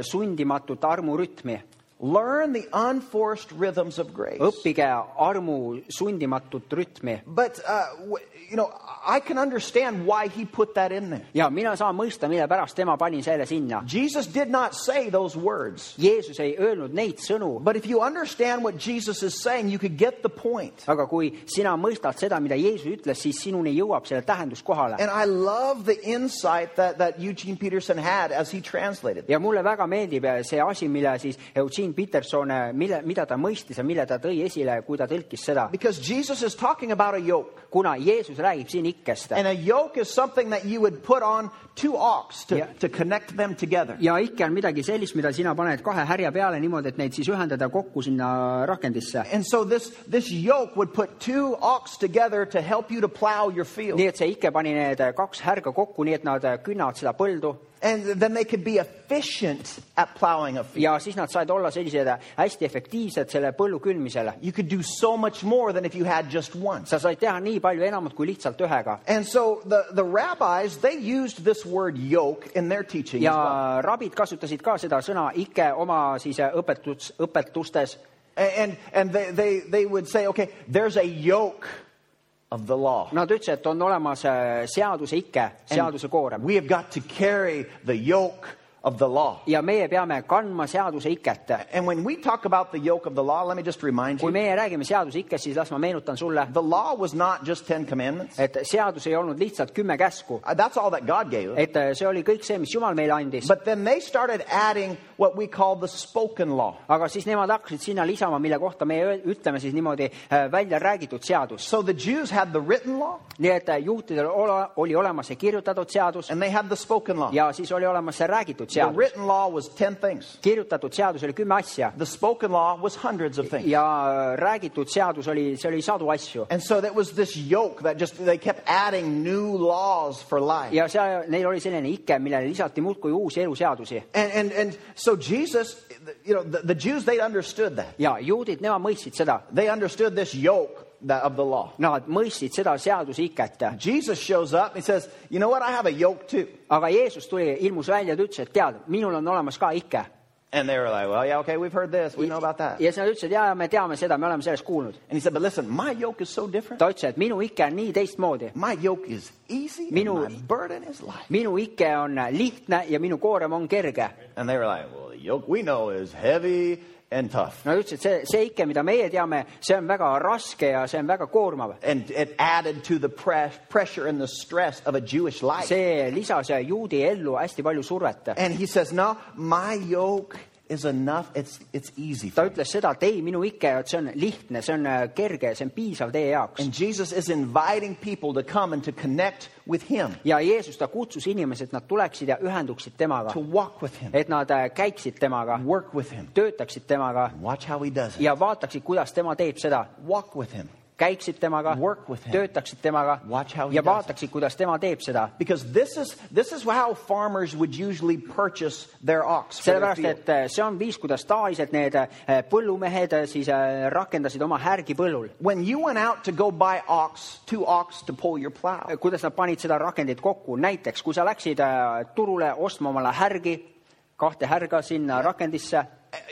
sundimatut armurütmi ,
Learn the unforced rhythms of grace.
õppige armu sundimatut rütmi
But, uh, w- you know, I can understand why he put that in there.
ja mina saan mõista , mille pärast tema pani selle sinna .
Jesus did not say those words.
Jeesus ei öelnud neid sõnu ,
But if you understand what Jesus is saying, you could get the point.
aga kui sina mõistad seda , mida Jeesus ütles , siis sinuni jõuab selle tähendus kohale .
And I love the insight that, that Eugene Peterson had as he translated.
ja mulle väga meeldib see asi , mille siis Eugene siin Peterson , mille , mida ta mõistis ja mille ta tõi esile , kui ta tõlkis seda ,
Because Jesus is talking about a yoke.
kuna Jeesus räägib siin ikkest
And a yoke is something that you would put on two ox to,
Yeah.
to connect them together.
ja ikke on midagi sellist , mida sina paned kahe härja peale niimoodi , et neid siis ühendada kokku sinna rakendisse .
And so this, this yoke would put two ox together to help you to plow your field.
nii et see ikke pani need kaks härga kokku , nii et nad künnavad seda põldu
And then they could be efficient at plowing a field.
ja siis nad said olla sellised hästi efektiivsed selle põllu külmmisele .
You could do so much more than if you had just one.
sa said teha nii palju enamat kui lihtsalt ühega .
And so the, the rabbis, they used this word yoke in their teaching
ja
as well.
rabid kasutasid ka seda sõna ikke oma siis õpetus , õpetustes
And, and they, they, they would say, okay, there's a yoke of the law.
Nad ütlesid , et on olemas äh, seaduse ike , seaduse koorem
We have got to carry the yoke of the law.
ja meie peame kandma seaduse iket .
And when we talk about the yoke of the law, let me just remind
kui
you
meie räägime seaduse ikest , siis las ma meenutan sulle ,
the law was not just 10 commandments.
et seadus ei olnud lihtsalt kümme käsku ,
Uh, That's all that God gave us.
et äh, see oli kõik see , mis Jumal meile andis .
But then they started adding what we call the spoken law.
aga siis nemad hakkasid sinna lisama , mille kohta meie öel- ütleme siis niimoodi äh, välja räägitud seadus .
So the Jews had the written law
nii et äh, juutidel ole- oli olemas see kirjutatud seadus
and they had the spoken law.
ja siis oli olemas see räägitud
The
seadus .
written law was 10 things,
kirjutatud seadus oli kümme asja
the spoken law was hundreds of things.
ja äh, räägitud seadus oli , see oli sadu asju .
And so that was this yoke that just, they kept adding new laws for life.
ja seal neil oli selline ike , millele lisati muudkui uusi eluseadusi
And, and, and so Jesus, you know, the, the Jews, they understood that.
ja juudid , nemad mõistsid seda ,
They understood this yoke that, of the law.
nad mõistsid seda seaduse iket ,
Jesus shows up and he says, You know what? I have a yoke too.
aga Jeesus tuli , ilmus välja ja ta ütles , et tead , minul on olemas ka ike .
And they were like, Well, yeah, okay, we've heard this. We know about that.
ja siis nad ütlesid , jaa , me teame seda , me oleme sellest kuulnud .
And he said, But listen, my yoke is so different.
ta ütles , et minu ike on nii teistmoodi ,
My yoke is easy.
Minu-
and my burden is light.
minu ike on lihtne ja minu koorem on kerge .
And they were like, Well, the yoke we know is heavy and tough.
Nad ütlesid , see , see ike , mida meie teame , see on väga raske ja see on väga koormav .
And it added to the press, pressure and the stress of a Jewish life.
see lisas juudi ellu hästi palju survet .
And he says, No, my yoke is enough. It's, it's easy.
ta
For you.
ütles seda , et ei , minu ike , et see on lihtne , see on äh, kerge , see on piisav teie jaoks .
And Jesus is inviting people to come and to connect with him,
ja Jeesus , ta kutsus inimesi , et nad tuleksid ja ühenduksid temaga
to , walk with him,
et nad äh, käiksid temaga ,
work with him.
töötaksid temaga
Watch how he does it.
ja vaataksid , kuidas tema teeb seda .
Walk with him.
käiksid temaga
Work with him. ,
töötaksid temaga
Watch how he
ja
does
vaataksid , kuidas tema teeb seda .
Because this is, this is how farmers would usually purchase their ox. For their
sellepärast ,
field.
et äh, see on viis , kuidas tavaliselt need äh, põllumehed äh, siis äh, rakendasid oma härgi põllul .
When you went out to go buy ox, two ox to pull your plow,
Eh, kuidas nad panid seda rakendit kokku , näiteks kui sa läksid äh, turule ostma omale härgi , kahte härga sinna rakendisse ,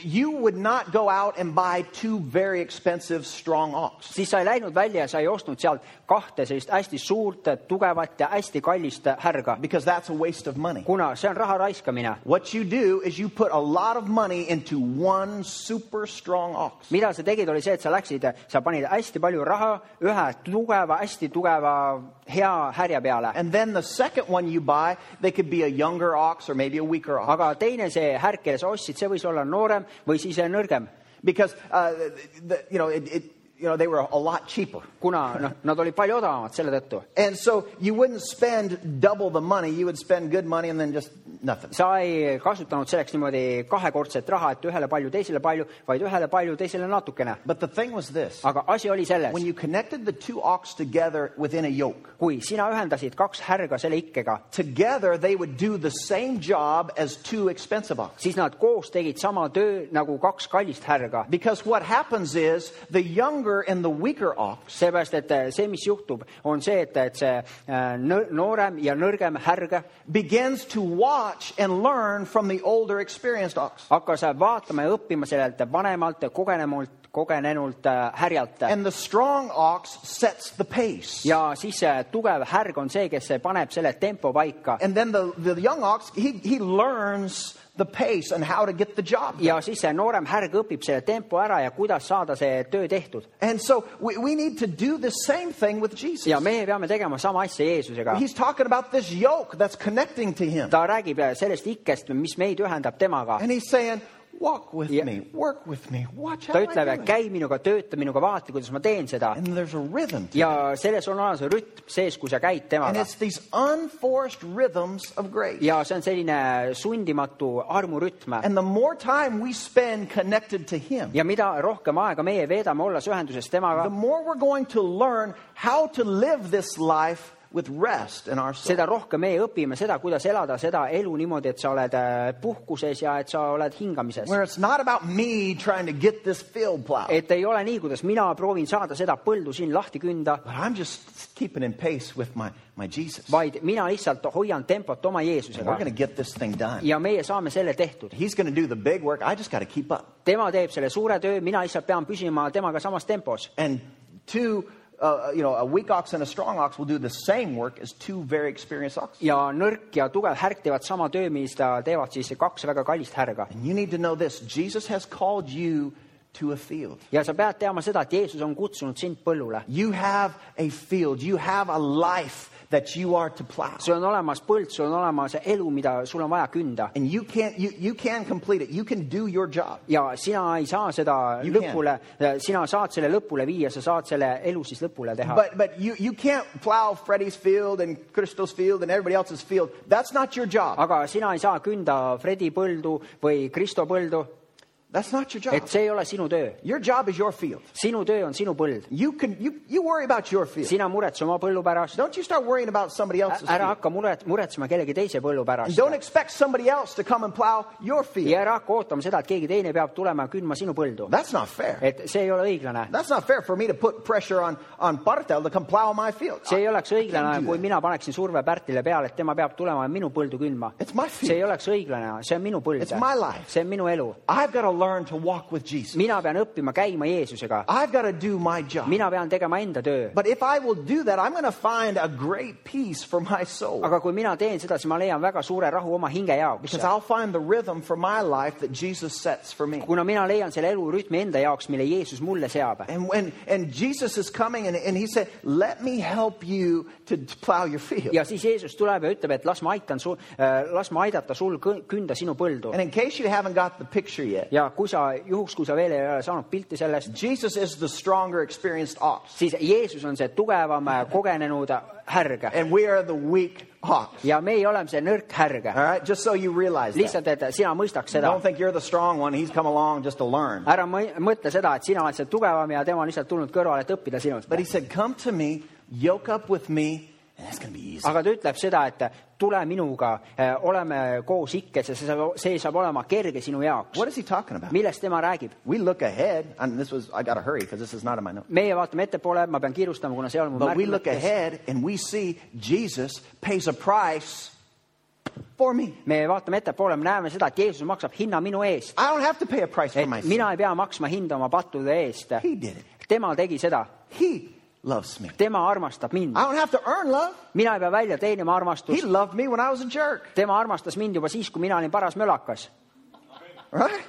you would not go out and buy two very expensive, strong ox.
siis sa ei läinud välja ja sa ei ostnud sealt kahte sellist hästi suurt , tugevat ja hästi kallist härga ,
Because that's a waste of money.
kuna see on raha raiskamine .
What you do is you put a lot of money into one super strong ox.
mida sa tegid , oli see , et sa läksid , sa panid hästi palju raha ühe tugeva , hästi tugeva , hea härja peale ,
And then the second one you buy, they could be a younger ox or maybe a weaker ox.
aga teine see härg , kelle sa ostsid , see võis olla noorem või siis nõrgem ,
Because, uh, the, you, know, it, it, you know, they were a lot cheaper.
kuna noh , nad olid palju odavamad selle tõttu
And so you wouldn't spend double the money. You would spend good money and then just nothing.
sa ei kasutanud selleks niimoodi kahekordset raha , et ühele palju , teisele palju , vaid ühele palju , teisele natukene .
But the thing was this.
aga asi oli selles
When , you connected the two ox together within a yoke,
kui sina ühendasid kaks härga selle ikkega ,
together they would do the same job as two expensive ox.
siis nad koos tegid sama töö nagu kaks kallist härga .
Because what happens is the younger and the weaker ox,
seepärast , et äh, see , mis juhtub , on see , et , et see äh, nõ- noorem ja nõrgem härg
begins to watch and learn from the older experienced ox.
hakkas vaatama ja õppima sellelt vanemalt , kogenemult , kogenenult äh, härjalt .
And the strong ox sets the pace.
ja siis see tugev härg on see , kes paneb selle tempo paika
And then the, the young ox, he, he learns the pace and how to get the job done.
ja siis see noorem härg õpib selle tempo ära ja kuidas saada see töö tehtud .
And so we, we need to do the same thing with Jesus.
ja meie peame tegema sama asja Jeesusega .
He's talking about this yoke that's connecting to him.
äh, ta räägib sellest ikkest , mis meid ühendab temaga
And he's saying, Walk with
Yeah.
me, work with me, watch how
ta
I do
ütleb ,
it.
käi minuga , tööta minuga , vaata , kuidas ma teen seda .
And there's a rhythm to it.
ja selles on olemas rütm sees , kui sa käid
And
temaga
it's these unforced rhythms of grace.
ja see on selline sundimatu armurütm
And the more time we spend connected to Him,
ja mida rohkem aega meie veedame , olles ühenduses temaga
the , more we're going to learn how to live this life with rest in our soul.
seda rohkem meie õpime seda , kuidas elada seda elu niimoodi , et sa oled äh, puhkuses ja et sa oled hingamises .
Where it's not about me trying to get this field plowed,
et ei ole nii , kuidas mina proovin saada seda põldu siin lahti künda ,
but I'm just keeping in pace with my, my Jesus. And
vaid mina lihtsalt hoian tempot oma
we're
Jeesusega
going to get this thing done.
ja meie saame selle tehtud .
He's going to do the big work. I just got to keep up.
tema teeb selle suure töö , mina lihtsalt pean püsima temaga samas tempos
And two, uh, you know, a weak ox and a strong ox will do the same work as two very experienced oxen.
ja nõrk ja tugev härg teevad sama töö , mis ta teevad siis kaks väga kallist härga .
And you need to know this Jesus has called you to a field.
ja sa pead teadma seda , et Jeesus on kutsunud sind põllule .
You have a field, you have a life that you are to plow.
sul on olemas põld , sul on olemas elu , mida sul on vaja künda
and you can't you, you can complete it. You can do your job.
ja sina ei saa seda
You
lõpule , sina saad selle lõpule viia , sa saad selle elu siis lõpule teha .
But but you, you can't plow Freddie's field and Crystal's field and everybody else's field. That's not your job.
aga sina ei saa künda Fredi põldu või Kristo põldu ,
That's not your
et
job.
see ei ole sinu töö .
Your job is your field.
sinu töö on sinu põld ,
You can you, you worry about your field.
sina muretse oma põllu pärast ,
Don't you start worrying about somebody else's
ära
field.
hakka muret , muretsema kellegi teise põllu
And
pärast
don't expect somebody else to come and plow your
ja
field.
ära hakka ootama seda , et keegi teine peab tulema ja kündma sinu põldu .
That's not fair.
et see ei ole õiglane ,
That's not fair for me to put pressure on on Bartel to come plow my field.
see ei oleks
I
õiglane
can't , do
kui mina paneksin surve Pärtile peale , et tema peab tulema ja minu põldu kündma .
It's my field.
see ei oleks õiglane , see on minu põld
It's my life. ,
see on minu elu .
I've got to learn to walk with Jesus.
mina pean õppima käima Jeesusega ,
I've got to do my job.
mina pean tegema enda töö .
But if I will do that, I'm going to find a great peace for my soul.
aga kui mina teen seda , siis ma leian väga suure rahu oma hinge jaoks
Because . I'll find the rhythm for my life that Jesus sets for me.
kuna mina leian selle elurütmi enda jaoks , mille Jeesus mulle seab .
And when and Jesus is coming and, and he said, Let me help you to plow your field.
ja siis Jeesus tuleb ja ütleb , et las ma aitan sul , las ma aidata sul kõ- künda sinu põldu .
And in case you haven't got the picture yet,
ja kui sa , juhuks kui sa veel ei ole saanud pilti sellest ,
Jesus is the stronger experienced ox.
siis Jeesus on see tugevam , kogenenud äh, härg
And we are the weak ox.
ja meie oleme see nõrk härg .
All right? Just so you realize that.
lihtsalt , et sina mõistaks seda
Don't . think you're the strong one. He's come along just to learn.
ära mõ- mõtle seda , et sina oled see tugevam ja tema on lihtsalt tulnud kõrvale , et õppida sinust .
But he said, Come to me, yoke up with me, and that's going to be easy.
aga ta ütleb seda , et tule minuga , oleme koos ikkes ja see saab , see saab olema kerge sinu jaoks .
What is he talking about?
millest tema räägib ?
We look ahead, and this was, I got to hurry because this is not in my notes.
meie vaatame ettepoole , ma pean kiirustama , kuna see on mu
But we look
märk .
ahead and we see Jesus pays a price for me.
me vaatame ettepoole , me näeme seda , et Jeesus maksab hinna minu eest .
I don't have to pay a price for
et
myself.
mina ei pea maksma hinda oma pattude eest .
He did it.
tema tegi seda ,
He loves me.
tema armastab mind
I . don't have to earn love.
mina ei pea välja teenima
He
armastust ,
loved me when I was a jerk,
tema armastas mind juba siis , kui mina olin paras mölakas .
right?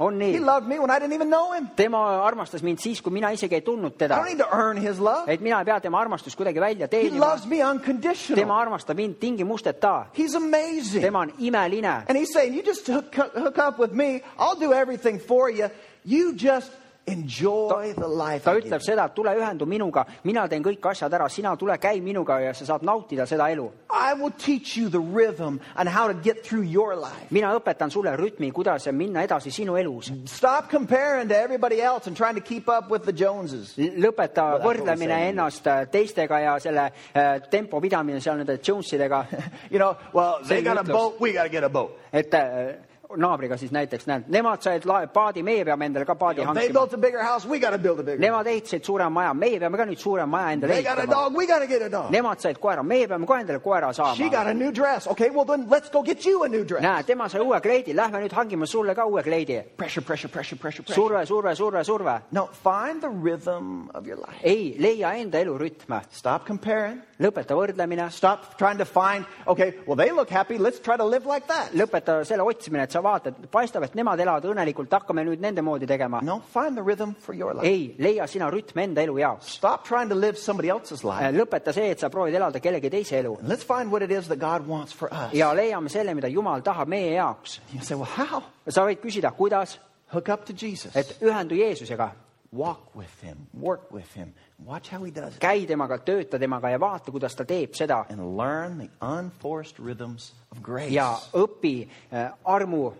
on
He
nii ?
loved me when I didn't even know him.
tema armastas mind siis , kui mina isegi ei tundnud
I
teda
don't need to earn his love.
et mina ei pea tema armastust kuidagi
He
välja teenima ,
loves me
tema
unconditional.
armastab mind tingimusteta ,
He's amazing.
tema on imeline
And he's saying, You just hook, hook up with me. I'll do everything for you. You just enjoy the life.
ta
I give you."
ütleb seda , et tule ühendu minuga , mina teen kõik asjad ära , sina tule käi minuga ja sa saad nautida seda elu .
I will teach you the rhythm on how to get through your life.
mina õpetan sulle rütmi , kuidas minna edasi sinu elus .
Stop comparing to everybody else and trying to keep up with the Joneses.
lõpeta
Well,
võrdlemine
that's
ennast äh, teistega ja selle äh, tempo pidamine seal nende Jonesidega ,
You know, well, they
Say
got a
Lucas.
boat, we got to get a boat.
et äh, naabriga siis näiteks , näed , nemad said lae- paadi , meie peame endale ka paadi
They
hankima .
built a bigger house, we got to build a bigger.
Nemad ehitasid suurema maja , meie peame ka nüüd suurema maja endale
They got a
ehitama .
dog, we got to get a dog.
Nemad said koera , meie peame ka endale koera
She
saama .
got a new dress. Okay, well then let's go get you a new dress.
näe , tema sai uue kleidi , lähme nüüd hangime sulle ka uue kleidi .
Pressure, pressure, pressure, pressure, pressure.
surve , surve , surve , surve .
No, find the rhythm of your life.
ei , leia enda elurütme .
Stop comparing.
lõpeta võrdlemine ,
Stop trying to find, okay, well, they look happy. Let's try to live like that.
lõpeta selle otsimine , et sa vaatad , paistab , et nemad elavad õnnelikult , hakkame nüüd nende moodi tegema .
No, find the rhythm for your life.
ei , leia sina rütm enda elu jaoks .
Stop trying to live somebody else's life.
lõpeta see , et sa proovid elada kellegi teise elu
And let's find what it is that God wants for us.
ja leiame selle , mida Jumal tahab meie jaoks .
You say, well, how?
sa võid küsida , kuidas ,
Hook up to Jesus.
et ühendu Jeesusega ,
Walk with him. Work with him. Watch how he does it.
käi temaga , tööta temaga ja vaata , kuidas ta teeb seda
And learn the unforced rhythms of grace.
ja õpi äh, armu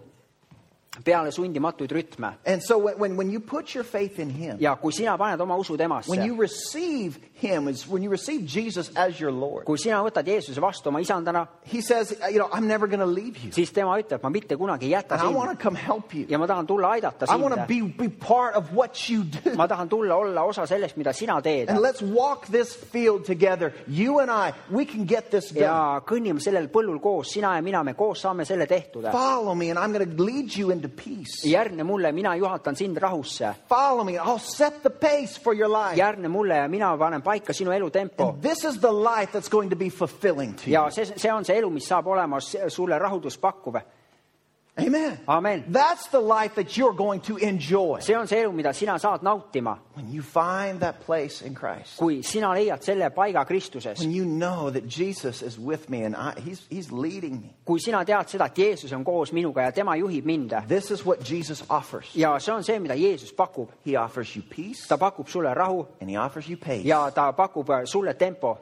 peale sundimatuid rütme
And so when, when, when you put your faith in him,
ja kui sina paned oma usu temasse
when you receive him, is when you receive Jesus as your Lord,
kui sina võtad Jeesuse vastu oma isandana ,
he says, you know, I'm never going to leave you.
siis tema ütleb , ma mitte kunagi ei jäta
And I want
sind
to come help you.
ja ma tahan tulla aidata
I want to
sind .
be, be part of what you do.
ma tahan tulla olla osa sellest , mida sina teed
And let's walk this field together. You and I, we can get this done.
ja kõnnime sellel põllul koos , sina ja mina , me koos saame selle tehtud .
Follow me, and I'm going to lead you into peace.
järgne mulle , mina juhatan sind rahusse .
Follow me. I'll set the pace for your life.
järgne mulle ja mina panen paika sinu elutempo
And this is the life that's going to be fulfilling to you.
ja see , see on see elu , mis saab olema s- sulle rahuldust pakkuv .
Amen.
Amen.
That's the life that you're going to enjoy
see on see elu , mida sina saad nautima ,
when you find that place in Christ.
kui sina leiad selle paiga Kristuses
When . you know that Jesus is with me and I, he's, he's leading me.
kui sina tead seda , et Jeesus on koos minuga ja tema juhib mind
This is what Jesus offers.
ja see on see , mida Jeesus pakub ,
He offers you peace
ta pakub sulle rahu
and he offers you pace.
ja ta pakub äh, sulle tempo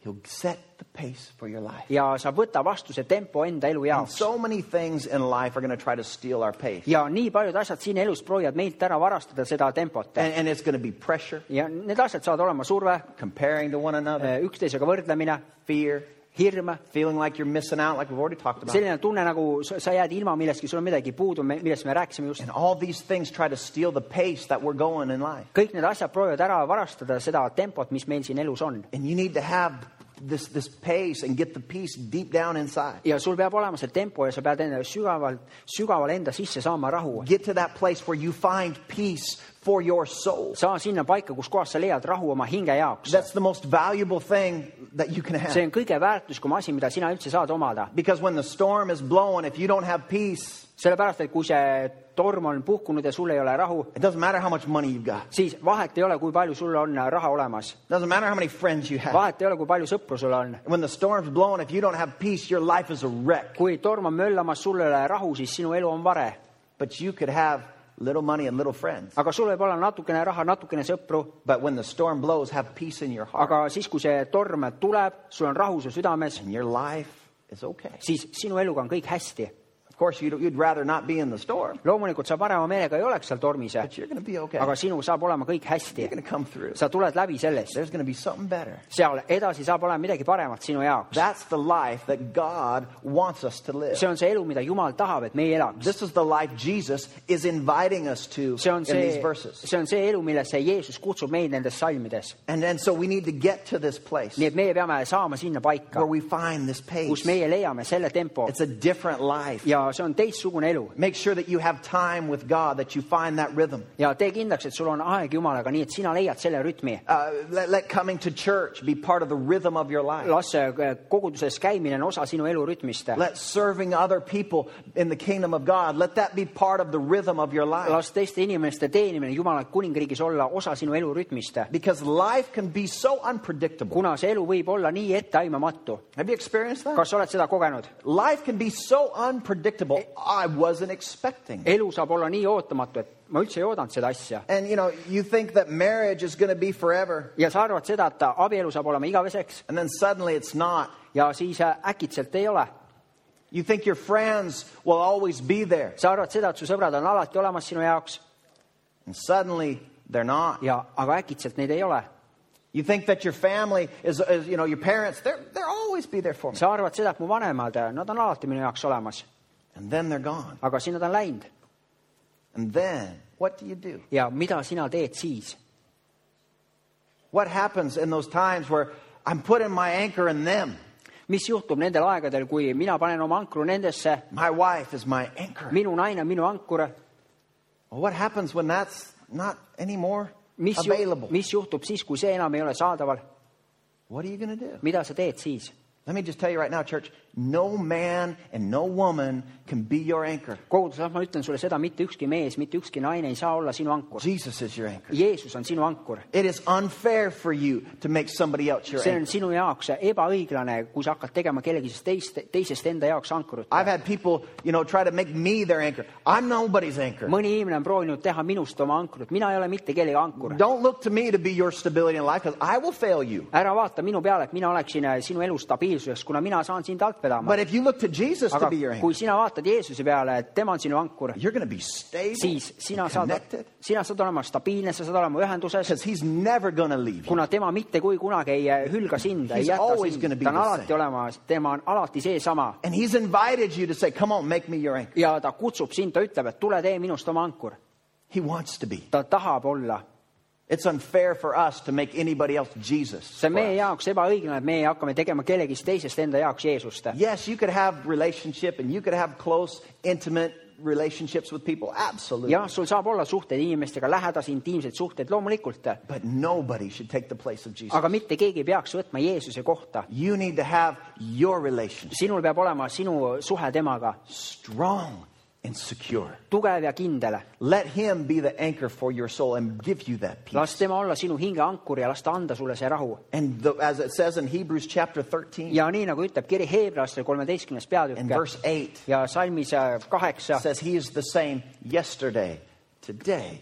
He'll set the pace for your life.
ja sa võta vastu see tempo enda elu
And
jaoks .
so many things in life are going to try to steal our pace.
ja nii paljud asjad siin elus proovivad meilt ära varastada seda tempot
And, and it's going to be pressure,
ja need asjad saavad olema surve ,
comparing to one another,
üksteisega võrdlemine ,
fear,
hirm ,
feeling like you're missing out, like we've already talked about.
selline tunne , nagu sa sa jääd ilma millestki , sul on midagi puudu , millest me rääkisime just .
And all these things try to steal the pace that we're going in life.
kõik need asjad proovivad ära varastada seda tempot , mis meil siin elus on
And you need to have this, this pace and get the peace deep down inside.
ja sul peab olema see tempo ja sa pead enda sügavalt , sügaval enda sisse saama rahu .
Get to that place where you find peace for your soul.
saa sinna paika , kus kohas sa leiad rahu oma hinge jaoks .
That's the most valuable thing that you can
see
have.
on kõige väärtuslikum asi , mida sina üldse saad omada ,
Because when the storm is blowing, if you don't have peace,
sellepärast et kui see torm on puhkunud ja sul ei ole rahu ,
it doesn't matter how much money you've got.
siis vahet ei ole , kui palju sul on raha olemas ,
It doesn't matter how many friends you have.
vahet ei ole , kui palju sõpru sul on .
When the storm's blowing, if you don't have peace, your life is a wreck.
kui torm on möllamas , sul ei ole rahu , siis sinu elu on vare .
But you could have little money and little friends.
aga sul võib olla natukene raha , natukene sõpru ,
But when the storm blows, have peace in your heart.
aga siis , kui see torm tuleb , sul on rahu su südames ,
And your life is okay.
siis sinu eluga on kõik hästi .
Of course, you'd, you'd rather not be in the storm,
loomulikult sa parema meelega ei oleks seal tormis ,
but you're going to be okay.
aga sinul saab olema kõik hästi
You're going to come through.
sa tuled läbi sellest ,
There's going to be something better.
seal edasi saab olema midagi paremat sinu jaoks .
That's the life that God wants us to live.
see on see elu , mida Jumal tahab , et meie elaks .
This is the life Jesus is inviting us to
see on
in these
see ,
verses.
see on see elu , millesse Jeesus kutsub meid nendes salmides .
And, and so we need to get to this place
nii et meie peame saama sinna paika
where , we find this pace.
kus meie leiame selle tempo
It's a different life.
ja see on teistsugune elu
Make sure that you have time with God, that you find that rhythm.
ja tee kindlaks , et sul on aeg Jumalaga , nii et sina leiad selle rütmi .
Uh, let, let coming to church be part of the rhythm of your life.
las see äh, koguduses käimine on osa sinu elurütmist .
Let serving other people in the kingdom of God, let that be part of the rhythm of your life.
las teiste inimeste teenimine Jumala kuningriigis olla osa sinu elurütmist ,
Because life can be so unpredictable.
kuna see elu võib olla nii etteaimamatu .
Have you experienced that?
kas sa oled seda kogenud ?
Life can be so unpredictable. I wasn't expecting.
elu saab olla nii ootamatu , et ma üldse ei oodanud seda asja .
And you know, you think that marriage is going to be forever,
ja sa arvad seda , et abielu saab olema igaveseks
and then suddenly it's not.
ja siis äh, äkitselt ei ole .
You think your friends will always be there,
sa arvad seda , et su sõbrad on alati olemas sinu jaoks
and suddenly they're not.
ja , aga äkitselt neid ei ole .
You think that your family is, is you know, your parents, they're, they'll always be there for me.
sa arvad seda , et mu vanemad , nad on alati minu jaoks olemas ,
And then they're gone.
aga siis nad on läinud
And then what do you do?
ja mida sina teed siis ?
What happens in those times where I'm putting my anchor in them?
mis juhtub nendel aegadel , kui mina panen oma ankru nendesse ,
My wife is my anchor.
minu naine on minu ankur ,
Well, what happens when that's not anymore
mis ju,
available?
mis juhtub siis , kui see enam ei ole saadaval ?
What are you going to do?
mida sa teed siis ?
Let me just tell you right now, church no man and no woman can be your anchor.
koguduses , ah, ma ütlen sulle seda , mitte ükski mees , mitte ükski naine ei saa olla sinu ankur .
Jesus is your anchor.
Jeesus on sinu ankur .
It is unfair for you to make somebody else your
see on
anchor.
sinu jaoks ebaõiglane , kui sa hakkad tegema kellegi siis teist , teisest enda jaoks ankurut .
I've had people, you know, try to make me their anchor. I'm nobody's anchor.
mõni inimene on proovinud teha minust oma ankrut , mina ei ole mitte kellegi ankur .
Don't look to me to be your stability in life because I will fail you.
ära vaata minu peale , et mina oleksin äh, sinu elu stabiilsuseks , kuna mina saan sind alt vedama
But . if you look to Jesus to
aga
be your anchor,
kui sina vaatad Jeesuse peale , et tema on sinu ankur ,
you're going to be stable,
siis sina
and
saad
connected,
sina saad olema stabiilne , sa saad olema ühenduses ,
because He's never going to leave you.
kuna tema mitte kui kunagi ei äh, hülga sind , ei
He's
jäta
always
sind
gonna , be
ta on
the
alati
same.
olema , tema on alati seesama
And He's invited you to say, Come on, make me your anchor.
ja ta kutsub sind , ta ütleb , et tule tee minust oma ankur .
He wants to be.
ta tahab olla ,
It's unfair for us to make anybody else Jesus.
see on
for
meie
us.
jaoks ebaõiglane , et meie hakkame tegema kellegist teisest enda jaoks Jeesust .
Yes, you could have relationship and you could have close, intimate relationships with people. Absolutely.
jah , sul saab olla suhteid inimestega , lähedasi intiimseid suhteid , loomulikult ,
But nobody should take the place of Jesus.
aga mitte keegi ei peaks võtma Jeesuse kohta .
You need to have your relationship
sinul peab olema sinu suhe temaga
strong and secure.
tugev ja kindel .
Let Him be the anchor for your soul and give you that peace.
las tema olla sinu hinge ankur ja las ta anda sulle see rahu .
And the, as it says in Hebrews chapter 13
ja nii nagu ütleb kiri Heebreaste kolmeteistkümnes
and
peatükk
verse 8,
ja salmis äh, kaheksa
it , says He is the same yesterday, today,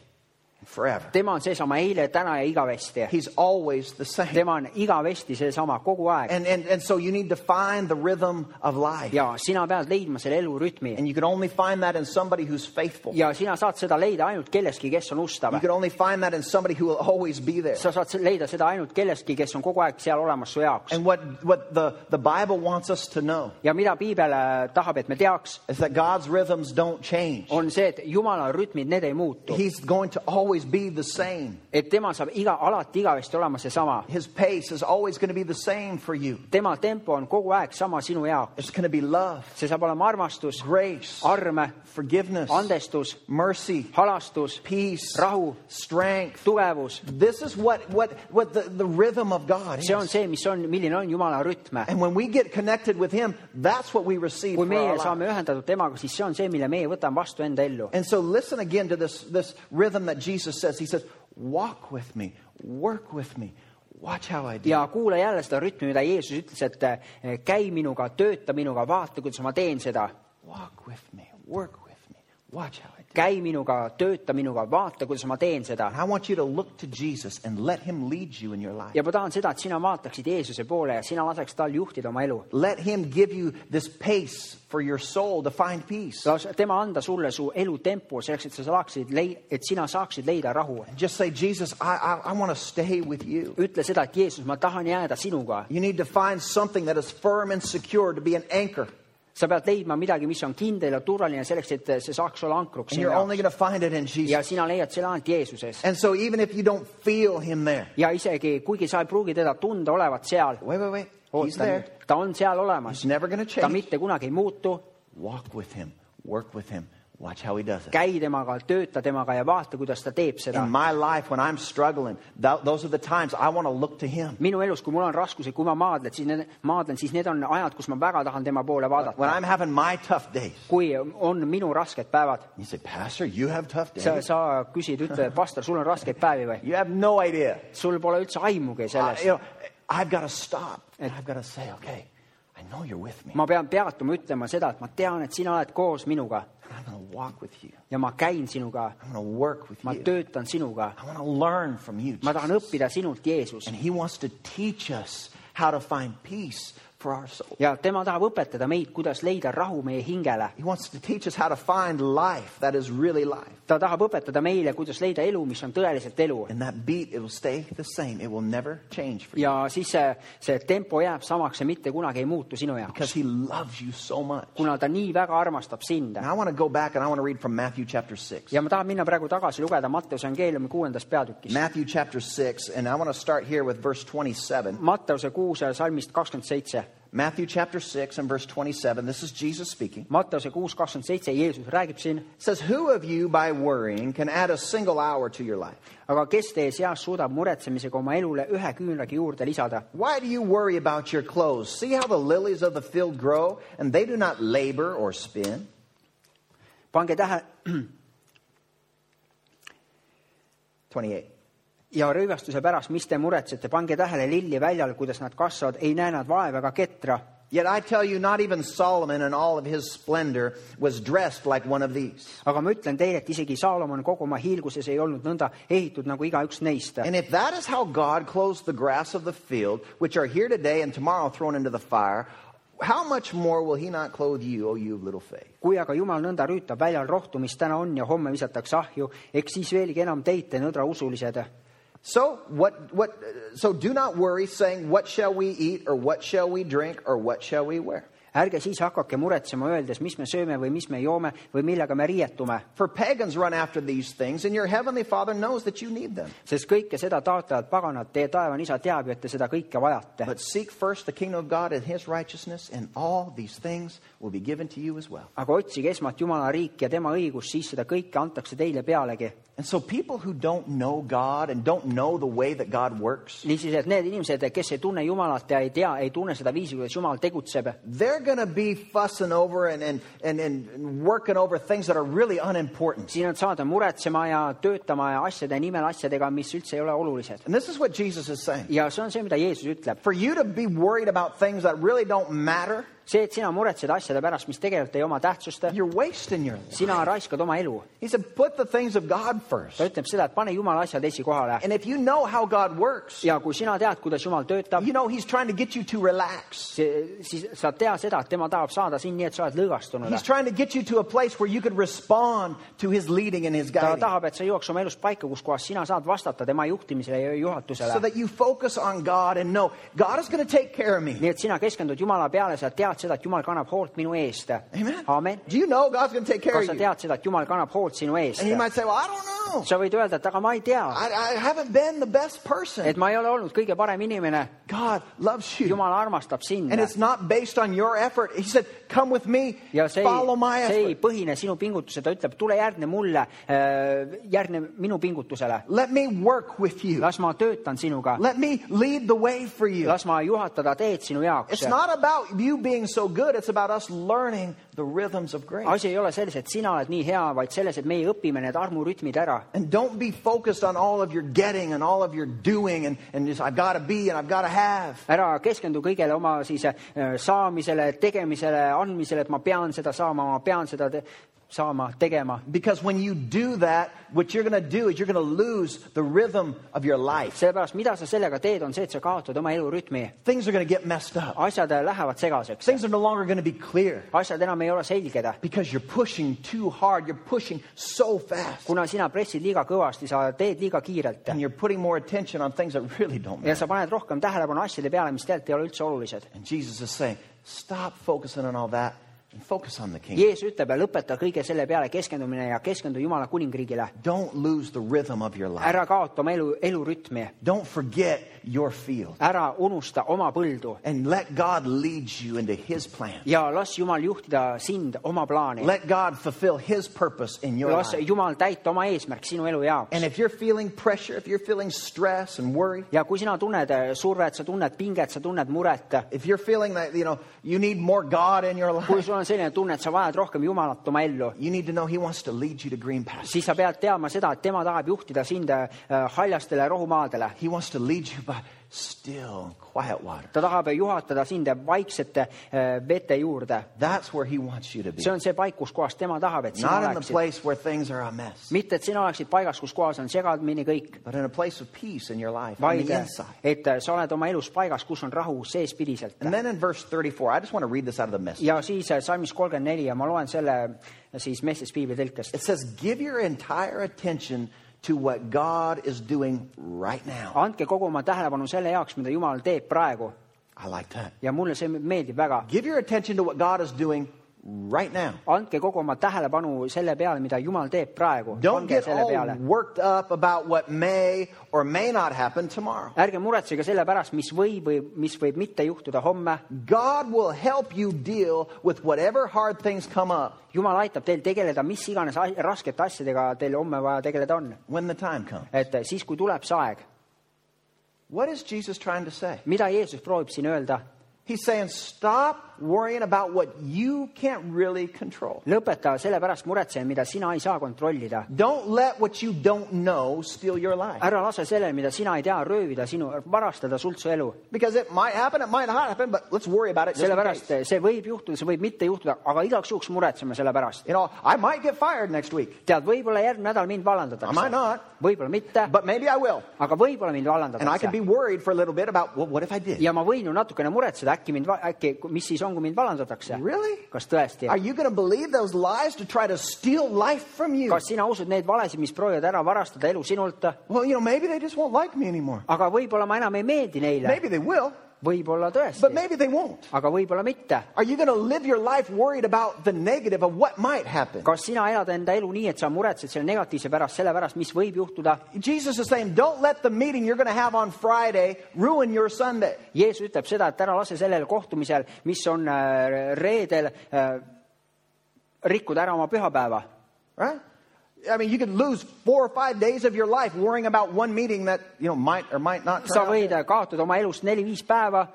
and forever.
tema on seesama eile , täna ja igavesti .
He's always the same.
tema on igavesti seesama kogu aeg
And, and, and so you need to find the rhythm of life.
ja sina pead leidma selle elurütmi
And you can only find that in somebody who's faithful.
ja sina saad seda leida ainult kellestki , kes on ustav
You can only find that in somebody who will always be there.
sa saad se- leida seda ainult kellestki , kes on kogu aeg seal olemas su jaoks
and what, what the, the Bible wants us to know
ja mida piibel äh, tahab , et me teaks ,
is that God's rhythms don't change.
on see , et jumala rütmid , need ei muutu ,
He's going to always be the same.
et tema saab iga , alati igavesti olema seesama ,
His pace is always going to be the same for you.
tema tempo on kogu aeg sama sinu jaoks ,
It's going to be love,
see saab olema armastus ,
grace,
arme ,
forgiveness,
andestus ,
mercy,
halastus ,
peace,
rahu ,
strength.
tugevus ,
This is what, what, what the, the rhythm of God is.
see on see , mis on , milline on jumala rütm .
And when we get connected with Him, that's what we receive.
kui
for our
meie
lives.
saame ühendatud temaga , siis see on see , mille meie võtame vastu enda ellu .
And so listen again to this, this rhythm that Jesus says. He says, Walk with me, work with me, watch how I do.
ja kuula jälle seda rütmi , mida Jeesus ütles , et eh, käi minuga , tööta minuga , vaata , kuidas ma teen seda .
Walk with me, work with me, watch how I do.
käi minuga , tööta minuga , vaata , kuidas ma teen seda .
And I want you to look to Jesus and let him lead you in your life.
ja ma tahan seda , et sina vaataksid Jeesuse poole ja sina laseks tal juhtida oma elu .
Let him give you this pace for your soul to find peace.
las tema anda sulle su elutempo selleks , et sa saaksid lei- , et sina saaksid leida rahu .
Just say, Jesus, I, I, I want to stay with you.
ütle seda , et Jeesus , ma tahan jääda sinuga .
You need to find something that is firm and secure to be an anchor.
sa pead leidma midagi , mis on kindel ja turvaline selleks , et see saaks olla ankruks
And you're
sinu
only
jaoks .
going to find it in Jesus.
ja sina leiad selle ainult Jeesuses .
And so even if you don't feel him there,
ja isegi , kuigi sa ei pruugi teda tunda olevat seal ,
wait, wait, wait. He's
oota
there.
nüüd , ta on seal olemas
He's , never going to
ta
change.
mitte kunagi ei muutu ,
Walk with him, work with him, watch how he does it.
käi temaga , tööta temaga ja vaata , kuidas ta teeb seda
In . my life, when I'm struggling, th- those are the times I want to look to him.
minu elus , kui mul on raskusi , kui ma maadlen , siis need , maadlen , siis need on ajad , kus ma väga tahan tema poole
When
vaadata .
I'm having my tough days,
kui on minu rasked päevad ,
you say, Pastor, you have tough
sa ,
days.
sa küsid , ütle , et pastor , sul on raskeid päevi või ?
You have no idea.
sul pole üldse aimugi
I,
sellest
you know, I've got to stop. And I've got to say, okay, I know you're with me.
ma pean peatuma ütlema seda , et ma tean , et sina oled koos minuga
I'm going to walk with you.
ja ma käin sinuga ,
I'm going to work with
ma
you.
töötan sinuga ,
I want to learn from you.
ma tahan
Jesus.
õppida sinult , Jeesus .
And he wants to teach us how to find peace for our soul.
ja tema tahab õpetada meid , kuidas leida rahu meie hingele .
He wants to teach us how to find life that is really life.
ta tahab õpetada meile , kuidas leida elu , mis on tõeliselt elu .
And that beat, it will stay the same. It will never change for you
ja siis see , see tempo jääb samaks ja mitte kunagi ei muutu sinu
because
jaoks ,
He loves you so much.
kuna ta nii väga armastab sind
And I want to go back and I want to read from Matthew chapter 6.
ja ma tahan minna praegu tagasi lugeda Matteuse angeeliumi kuuendast peatükist .
Matthew chapter 6, and I want to start here with verse 27.
Matteuse kuus ja salmist kakskümmend seitse .
Matthew chapter 6 and verse 27, this is Jesus speaking.
Mattuse kuus kakskümmend seitse Jeesus räägib siin ,
It says, Who of you by worrying can add a single hour to your life?
aga kes teie seas suudab muretsemisega oma elule ühe küünlagi juurde lisada ?
Why do you worry about your clothes? See how the lilies of the field grow, and they do not labor or spin.
pange tähe
28.
ja rõivastuse pärast , mis te muretsete , pange tähele lilli väljal , kuidas nad kasvavad , ei näe nad vaeva ega ketra
Yet I tell you, not even Solomon in all of his splendor was dressed like one of these.
aga ma ütlen teile , et isegi Saalomon kogu oma hiilguses ei olnud nõnda ehitud nagu igaüks neist .
And if that is how God clothes the grass of the field, which are here today and tomorrow thrown into the fire, how much more will he not clothe you, O you of little faith?
kui aga Jumal nõnda rüütab väljal rohtu , mis täna on ja homme visatakse ahju , eks siis veelgi enam teid , te nõdrausulised .
So what what so do not worry saying what shall we eat or what shall we drink or what shall we wear?
ärge siis hakake muretsema , öeldes , mis me sööme või mis me joome või millega me riietume ,
For pagans run after these things and your heavenly Father knows that you need them.
sest kõike seda taotlevad paganad , teie taevane isa teab ju , et te seda kõike vajate .
But seek first the kingdom of God and his righteousness and all these things will be given to you as well.
aga otsige esmalt Jumala riiki ja tema õigust , siis seda kõike antakse teile pealegi .
And so people who don't know God and don't know the way that God works,
niisiis , et need inimesed , kes ei tunne Jumalat ja ei tea , ei tunne seda viisi , kuidas Jumal tegutseb ,
they're going to be fussing over and, and, and, and working over things that are really unimportant.
siis nad saavad muretsema ja töötama ja asjade nimel asjadega , mis üldse ei ole olulised .
And this is what Jesus is saying.
ja see on see , mida Jeesus ütleb .
For you to be worried about things that really don't matter,
see , et sina muretsed asjade pärast , mis tegelikult ei oma tähtsust ,
you're wasting your life.
sina raiskad oma elu .
He said, put the things of God first.
ta ütleb seda , et pane Jumala asjad esikohale
And if you know how God works,
ja kui sina tead , kuidas Jumal töötab ,
you know He's trying to get you to relax.
see , siis sa tea seda , et tema tahab saada sind nii , et sa oled lõõgastunud
He's . trying to get you to a place where you could respond to His leading and His
ta
guiding.
tahab , et sa jõuaks oma elus paika , kus kohas sina saad vastata tema juhtimisele ja
So
juhatusele .
that you focus on God and know God is going to take care of me.
nii et sina keskendud Jumala peale , sa tead seda , et Jumal kannab hoolt minu eest .
Amen.
amen .
Do you know God's going to take care
kas sa
of you?
tead seda , et Jumal kannab hoolt sinu eest
And you ? might say, well, I don't know.
sa võid öelda , et aga ma ei tea ,
I, I haven't been the best person.
et ma ei ole olnud kõige parem inimene .
God loves you.
Jumal armastab sind
And it's not based on your effort. He said, come with me,
ja see
follow my
ei , see ei
effort.
põhine sinu pingutuse , ta ütleb , tule järgne mulle , järgne minu pingutusele .
Let me work with you.
las ma töötan sinuga ,
Let me lead the way for you.
las ma juhatada teed sinu jaoks
It's . not about you being so good, it's about us learning the rhythms of grace.
asi ei ole selles , et sina oled nii hea , vaid selles , et meie õpime need armurütmid ära
And don't be focused on all of your getting and all of your doing and, and just, I've got to be and I've got to have.
ära keskendu kõigele oma siis äh, saamisele , tegemisele , andmisele , et ma pean seda saama , ma pean seda te saama , tegema .
Because when you do that, what you're going to do is you're going to lose the rhythm of your life.
sellepärast , mida sa sellega teed , on see , et sa kaotad oma elurütmi .
Things are going to get messed up.
asjad lähevad segaseks ,
Things are no longer going to be clear
asjad enam ei ole selged .
because you're pushing too hard. You're pushing so fast.
kuna sina pressid liiga kõvasti , sa teed liiga kiirelt
And you're putting more attention on things that really don't matter.
ja sa paned rohkem tähelepanu asjade peale , mis tegelikult ei ole üldse olulised .
And Jesus is saying, stop focusing on all that and focus on the kingdom.
Jeesus ütleb ja lõpeta kõige selle peale keskendumine ja keskendu Jumala kuningriigile .
Don't lose the rhythm of your life.
ära kaota oma elu , elurütmi ,
Don't forget your field.
ära unusta oma põldu
And let God lead you into His plan.
ja las Jumal juhtida sind oma plaani .
Let God fulfill His purpose in your
las
life.
Jumal täita oma eesmärk sinu elu jaoks
And if you're feeling pressure, if you're feeling stress and worry,
ja kui sina tunned eh, survet , sa tunned pinget , sa tunned muret ,
if you're feeling that, you know, you need more God in your
kui
life,
sul on selline tunne , et sa vajad rohkem Jumalat oma ellu ,
you need to know He wants to lead you to green pastures.
siis sa pead teadma seda , et tema tahab juhtida sind eh, haljastele rohumaadele .
He wants to lead you by still, quiet water.
ta tahab juhatada sind vaiksete eh, vete juurde .
That's where He wants you to be.
see on see paik , kus kohas tema tahab , et sina
Not in the
oleksid .
place where things are a mess,
mitte , et sina oleksid paigas , kus kohas on segamini kõik ,
but in a place of peace in your life, on
vaid
the inside.
et eh, sa oled oma elus paigas , kus on rahu seespidiselt .
And then in verse 34, I just want to read this out of the message.
ja siis eh, salmis kolmkümmend neli ja ma loen selle äh, siis Messis piibli tõlkest
It says, give your entire attention to what God is doing right now.
andke kogu oma tähelepanu selle jaoks , mida Jumal teeb praegu
I like that.
ja mulle see meeldib väga .
Give your attention to what God is doing right now.
andke kogu oma tähelepanu selle peale , mida Jumal teeb praegu .
Don't
pange
get
selle
all
peale .
worked up about what may or may not happen tomorrow.
ärge muretsege selle pärast , mis võib või mis võib mitte juhtuda homme .
God will help you deal with whatever hard things come up
Jumal aitab teil tegeleda mis iganes as- raskete asjadega teil homme vaja tegeleda on .
when the time comes.
et siis , kui tuleb see aeg ,
What is Jesus trying to say?
mida Jeesus proovib siin öelda ?
He's saying, stop worrying about what you can't really control.
lõpeta selle pärast muretsemine , mida sina ei saa kontrollida .
Don't let what you don't know steal your life.
ära lase sellele , mida sina ei tea , röövida sinu , varastada sult su elu .
Because it might happen, it might not happen, but let's worry about it. Just in
sellepärast
case.
see võib juhtuda , see võib mitte juhtuda , aga igaks juhuks muretseme selle pärast .
You know, I might get fired next week,
tead , võib-olla järgmine nädal
I
mind
might
vallandatakse
not. ,
võib-olla mitte ,
but maybe I will.
aga võib-olla mind
And I can be
vallandatakse .
worried for a little bit about, well, what if I did?
ja ma võin ju natukene muretseda , äkki mind , äkki , mis siis on , kui mind vallandatakse
Really?
kas tõesti
Are you going to believe those lies to try to steal life from you?
kas sina usud neid valesid , mis proovivad ära varastada elu sinult ?
Well, you know, maybe they just won't like me anymore.
aga võib-olla ma enam ei meeldi neile ,
Maybe they will,
võib-olla
but
tõesti ,
maybe they won't.
aga võib-olla mitte .
Are you going to live your life worried about the negative of what might happen?
kas sina elad enda elu nii , et sa muretsed selle negatiivse pärast , selle pärast , mis võib juhtuda ?
Jesus is saying, don't let the meeting you're going to have on Friday ruin your Sunday.
Jeesus ütleb seda , et ära lase sellel kohtumisel , mis on äh, reedel , rikkuda ära oma pühapäeva .
Right? I mean, you could lose four or five days of your life worrying about one meeting that, you know, might or might not turn
sa
out
võid äh, kaotada oma elust neli-viis päeva ,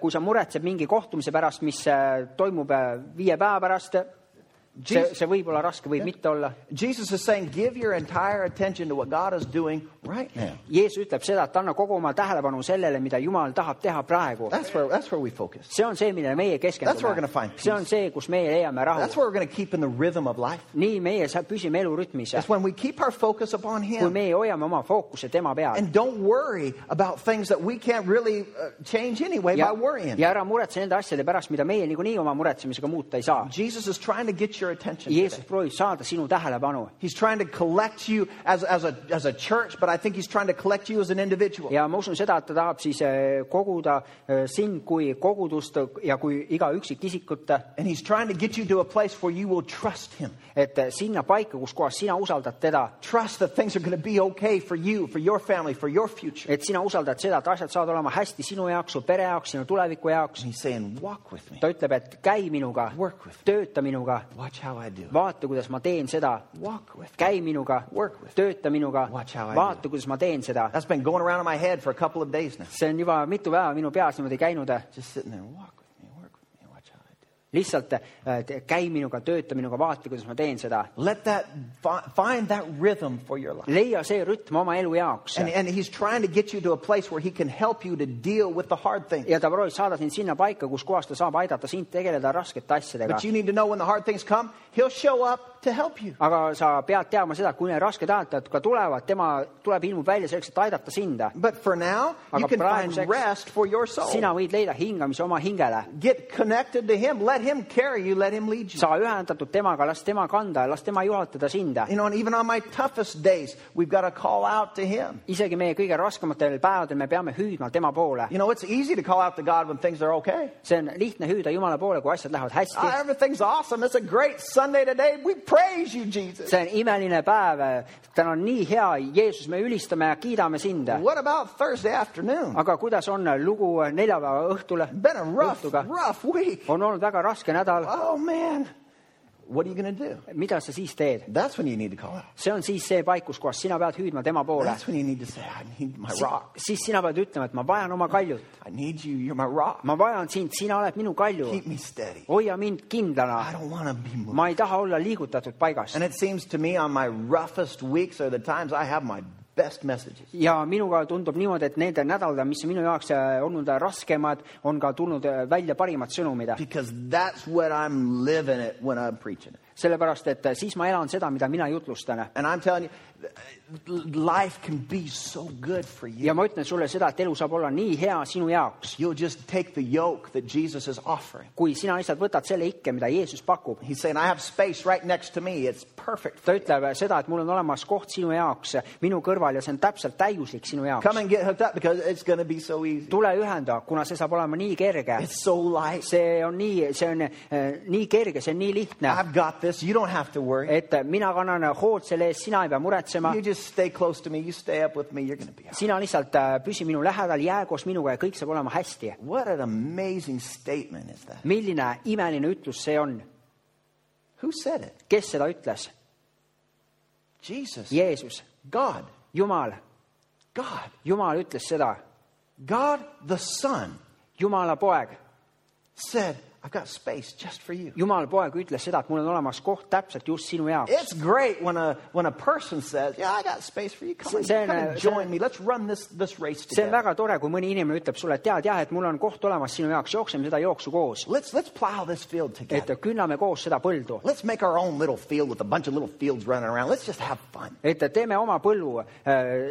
kui sa muretsed mingi kohtumise pärast , mis äh, toimub äh, viie päeva pärast . see ,
Jesus-
see võib olla raske , võib mitte olla
good. Jesus is saying, give your entire attention to what God is doing right now.
Jeesus ütleb seda , et anna kogu oma tähelepanu sellele , mida Jumal tahab teha praegu .
That's where, that's where we focus.
see on see , millele meie
That's where we're gonna
keskendume
find . peace.
see on see , kus meie leiame
That's
rahu .
where we're going to keep in the rhythm of life.
nii meie sa- püsime elurütmis ,
It's when we keep our focus upon
kui
Him
meie hoiame oma fookuse tema peal .
and don't worry about things that we can't really uh, change anyway
ja
by worrying.
ja ära muretse nende asjade pärast , mida meie niikuinii oma muretsemisega muuta ei saa .
Jesus is trying to get your attention. today.
Jeesus proovib saada sinu tähelepanu
He's trying to collect you as, as, a, as a church, but I think he's trying to collect you as an individual.
ja ma usun seda , et ta tahab siis eh, koguda eh, sind kui kogudust ja kui iga üksikisikut ,
And he's trying to get you to a place where you will trust him.
et eh, sinna paika , kus kohas sina usaldad teda
Trust that things are going to be okay for you, for your family, for your future.
et sina usaldad seda , et asjad saavad olema hästi sinu jaoks , su pere jaoks , sinu tuleviku jaoks
And . he's saying, Walk with me.
ta ütleb , et käi minuga
Work with ,
tööta minuga ,
Watch how I do.
vaata , kuidas ma teen seda .
Walk with me.
käi minuga
Work with- ,
tööta minuga
Watch how I , do.
vaata , kuidas ma teen seda .
That's been going around in my head for a couple of days now.
see on juba mitu päeva minu peas niimoodi käinud .
Just sitting there, walk with me, work with me, watch how I do.
lihtsalt äh, et käi minuga , tööta minuga , vaata , kuidas ma teen seda .
Let that, fi- find that rhythm for your life.
leia see rütm oma elu jaoks
And, and he's trying to get you to a place where he can help you to deal with the hard things.
ja ta proovib saada sind sinna paika , kus kohas ta saab aidata sind tegeleda raskete asjadega
But you need to know when the hard things come, he'll show up to help you.
aga sa pead teadma seda , et kui need rasked ajatajad ka tulevad , tema tuleb , ilmub välja selleks , et aidata sind .
But for now, you
Aga
can find
praeguseks-
rest for your soul.
sina võid leida hingamise oma hingele ,
Get connected to Him. Let Him carry you. Let Him lead you.
saa ühendatud temaga , las tema kanda , las tema juhatada sind .
You know, and even on my toughest days, we've got to call out to Him.
isegi meie kõige raskematel päevadel me peame hüüdma tema poole .
You know, it's easy to call out to God when things are okay.
see on lihtne hüüda Jumala poole , kui asjad lähevad
Ah,
hästi .
everything's awesome. It's a great Sunday today. We praise you, Jesus.
see on imeline päev , täna on nii hea , Jeesus , me ülistame ja kiidame sind .
What about Thursday afternoon?
aga kuidas on lugu neljapäeva õhtule
Been a rough,
õhtuga?
rough week.
on olnud väga raske nädal ,
Oh, man. What are you going to do?
mida sa siis teed ?
That's when you need to call out.
see on siis see paik , kus kohas sina pead hüüdma tema poole .
That's when you need to say, I need my rock.
siis sina pead ütlema , et ma vajan oma kaljut ,
I need you. You're my rock.
ma vajan sind , sina oled minu kalju ,
Keep me steady.
hoia mind
I
kindlana ,
don't want to be moved.
ma ei taha olla liigutatud paigast
And it seems to me on my roughest weeks are the times I have my best messages.
ja minuga tundub niimoodi , et nendel nädaladel , mis on minu jaoks äh, olnud äh, raskemad , on ka tulnud äh, välja parimad sõnumid ,
Because that's what I'm living it when I'm preaching it.
sellepärast et äh, siis ma elan seda , mida mina jutlustan .
And I'm telling you, th- life can be so good for you.
ja ma ütlen sulle seda , et elu saab olla nii hea sinu jaoks ,
You'll just take the yoke that Jesus is offering.
kui sina lihtsalt võtad selle ikke , mida Jeesus pakub .
He's saying, I have space right next to me. It's perfect.
ta ütleb seda , et mul on olemas koht sinu jaoks , minu kõrval ja see on täpselt täiuslik sinu
Come
jaoks .
and get hooked up because it's going to be so easy.
tule ühenda , kuna see saab olema nii kerge .
It's so light.
see on nii , see on eh, nii kerge , see on nii lihtne ,
I've got this. You don't have to worry.
et mina kannan hoolt selle eest , sina ei pea muretsema
You just stay close to me. You stay up with me. You're going to be all right.
sina lihtsalt äh, püsi minu lähedal , jää koos minuga ja kõik saab olema hästi .
What an amazing statement is that?
milline imeline ütlus see on ?
Who said it?
kes seda ütles ?
Jesus.
Jeesus ,
God.
Jumal ,
God.
Jumal ütles seda .
God the Son
Jumala poeg ,
said, I've got space just for you.
Jumala poeg ütles seda , et mul on olemas koht täpselt just sinu jaoks .
It's great when a when a person says, "Yeah, I got space for you. Come, on,
See on,
come and
uh,
join
see-
me. Let's run this this race
see on
together.
väga tore , kui mõni inimene ütleb sulle , et tead jah , et mul on koht olemas sinu jaoks , jookseme seda jooksu koos .
Let's let's plow this field
et
together.
künname koos seda põldu ,
Let's make our own little field with a bunch of little fields running around. Let's just have fun.
et teeme oma põllu äh,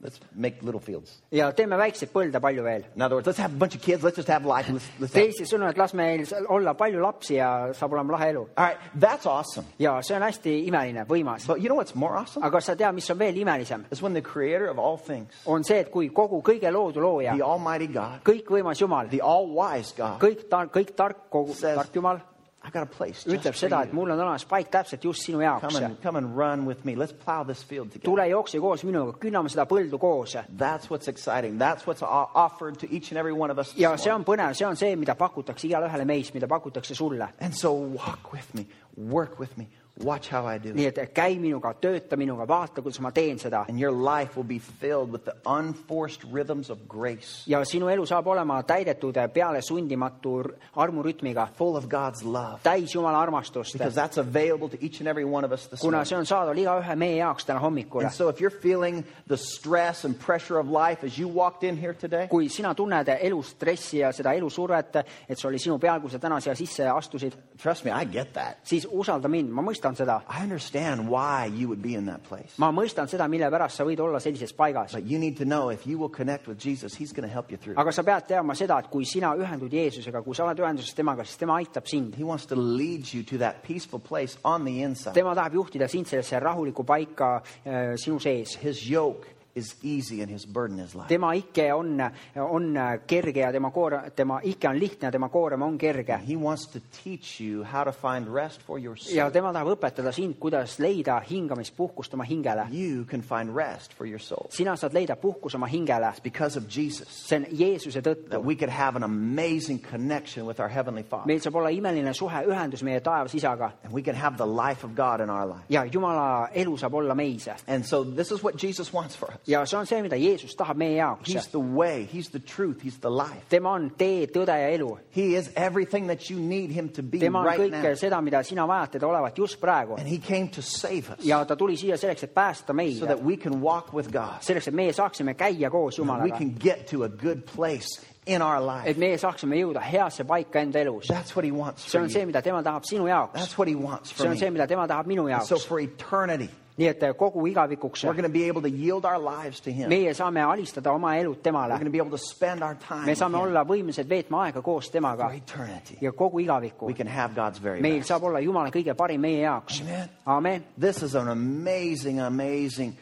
Let's make little fields.
ja teeme väikseid põlde palju veel .
In other words, let's have a bunch of kids. Let's just have life. Let's, let's have-
teisisõnu , et las meil seal olla palju lapsi ja saab olema lahe elu .
All right, that's awesome.
ja see on hästi imeline , võimas .
But you know what's more awesome?
aga sa tead , mis on veel imelisem ?
Is when the Creator of all things,
on see , et kui kogu kõige loodu looja
the Almighty God,
kõikvõimas Jumal ,
the All-Wise God,
kõik tar- , kõik tark , kogu
Says-
tark Jumal
I got a place just
ütleb
for
seda , et
you.
mul on olemas paik täpselt just sinu jaoks
Come and come and run with me. Let's plow this field together.
tule jookse koos minuga , künname seda põldu koos .
That's what's exciting. That's what's o- offered to each and every one of us. this
ja see
morning.
on põnev , see on see , mida pakutakse igale ühele meist , mida pakutakse sulle .
And so walk with me, work with me, watch how I do. it.
nii et käi minuga , tööta minuga , vaata , kuidas ma teen seda .
And your life will be filled with the unforced rhythms of grace,
ja sinu elu saab olema täidetud peale sundimatu r- armurütmiga ,
full of God's love,
täis Jumala armastust ,
because that's available to each and every one of us this
kuna
morning.
see on saadaval igaühe meie jaoks täna hommikul
And so if you're feeling the stress and pressure of life as you walked in here today,
kui sina tunned elustressi ja seda elusurvet , et see oli sinu peal , kui sa täna siia sisse astusid ,
trust me, I get that.
siis usalda mind , ma mõistan seda .
I understand why you would be in that place.
ma mõistan seda , mille pärast sa võid olla sellises paigas .
But you need to know if you will connect with Jesus, he's going to help you through.
aga sa pead teadma seda , et kui sina ühendud Jeesusega , kui sa oled ühenduses temaga , siis tema aitab sind .
He wants to lead you to that peaceful place on the inside.
tema tahab juhtida sind sellesse rahulikku paika äh, sinu sees .
His yoke is easy and his burden is light.
tema ike on , on kerge ja tema koor- , tema ike on lihtne ja tema koorem on kerge .
He wants to teach you how to find rest for your soul.
ja tema tahab õpetada sind , kuidas leida hingamispuhkust oma hingele .
You can find rest for your soul.
sina saad leida puhkus oma hingele
It's because of Jesus
see on Jeesuse tõttu
that . we could have an amazing connection with our Heavenly Father.
meil saab olla imeline suhe , ühendus meie taevas isaga
And we can have the life of God in our life.
ja Jumala elu saab olla meis .
And so this is what Jesus wants for us.
ja see on see , mida Jeesus tahab meie
He's
jaoks .
the way, He's the truth, He's the life.
tema on tee , tõde ja elu .
He is everything that you need Him to be
tema on
right now.
kõike seda , mida sina vajad teda olevat just praegu
And He came to save us
ja ta tuli siia selleks , et päästa meid
so that we can walk with God.
selleks , et meie saaksime käia koos
And we
Jumalaga ,
can get to a good place in our life.
et meie saaksime jõuda heasse paika enda elus .
That's what he wants
see
for
on see ,
you.
mida tema tahab sinu jaoks
That's . what he wants
see
for
on see ,
me.
mida tema tahab minu
So
jaoks .
for eternity,
nii et eh, kogu igavikuks
we're going to be able to yield our lives to him. We're
meie saame alistada oma elud temale
going to be able to spend our time
me
with
saame
him
olla võimelised veetma aega koos temaga
for eternity.
ja kogu igavikku
We . can have God's very
meil
best.
saab olla Jumala kõige parim meie jaoks
Amen. .
amen .
This is an amazing, amazing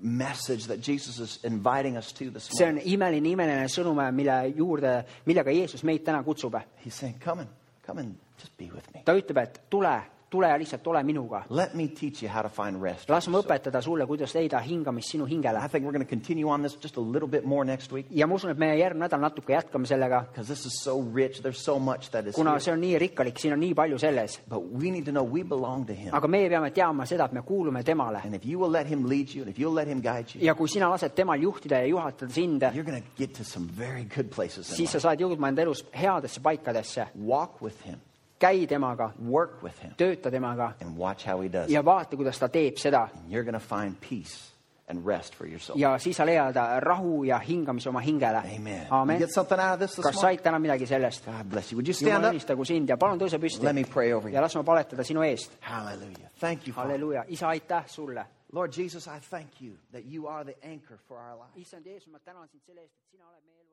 message that Jesus is inviting us to this
see
morning.
on imeline , imeline sõnum , mille juurde , millega Jeesus meid täna kutsub .
He's saying, come and, come and just be with me.
ta ütleb , et tule , tule ja lihtsalt ole minuga .
Let me teach you how to find rest. for
las ma
your soul."
õpetada sulle , kuidas leida hingamist sinu hingele
I . think we're going to continue on this just a little bit more next week
ja ma usun , et me järgmine nädal natuke jätkame sellega ,
because this is so rich. There's so much that is
kuna
here.
see on nii rikkalik , siin on nii palju selles .
But we need to know we belong to him.
aga meie peame teadma seda , et me kuulume temale .
And if you will let him lead you and if you'll let him guide you,
ja kui sina lased temal juhtida ja juhatada sind ,
you're going to get to some very good places. In
siis
life.
sa saad jõudma enda elus headesse paikadesse
Walk with him,
käi temaga ,
work with him,
tööta temaga
and watch how he does. it.
ja vaata , kuidas ta teeb seda .
You're going to find peace and rest for your soul.
ja siis sa leiad rahu ja hingamise oma hingele
Amen. You
aamen
get something out of this this
kas
morning?
said täna midagi sellest
God bless you. Would you stand
jumal
up?
õnnistagu sind ja palun tõuse püsti
Let me pray over you.
ja las ma paletada sinu eest
Hallelujah. Thank you, Father.
halleluuja isa aitäh sulle
Lord Jesus, I thank you that you are the anchor for our lives.
issand Jeesus ma tänan sind selle eest et sina oled meie elu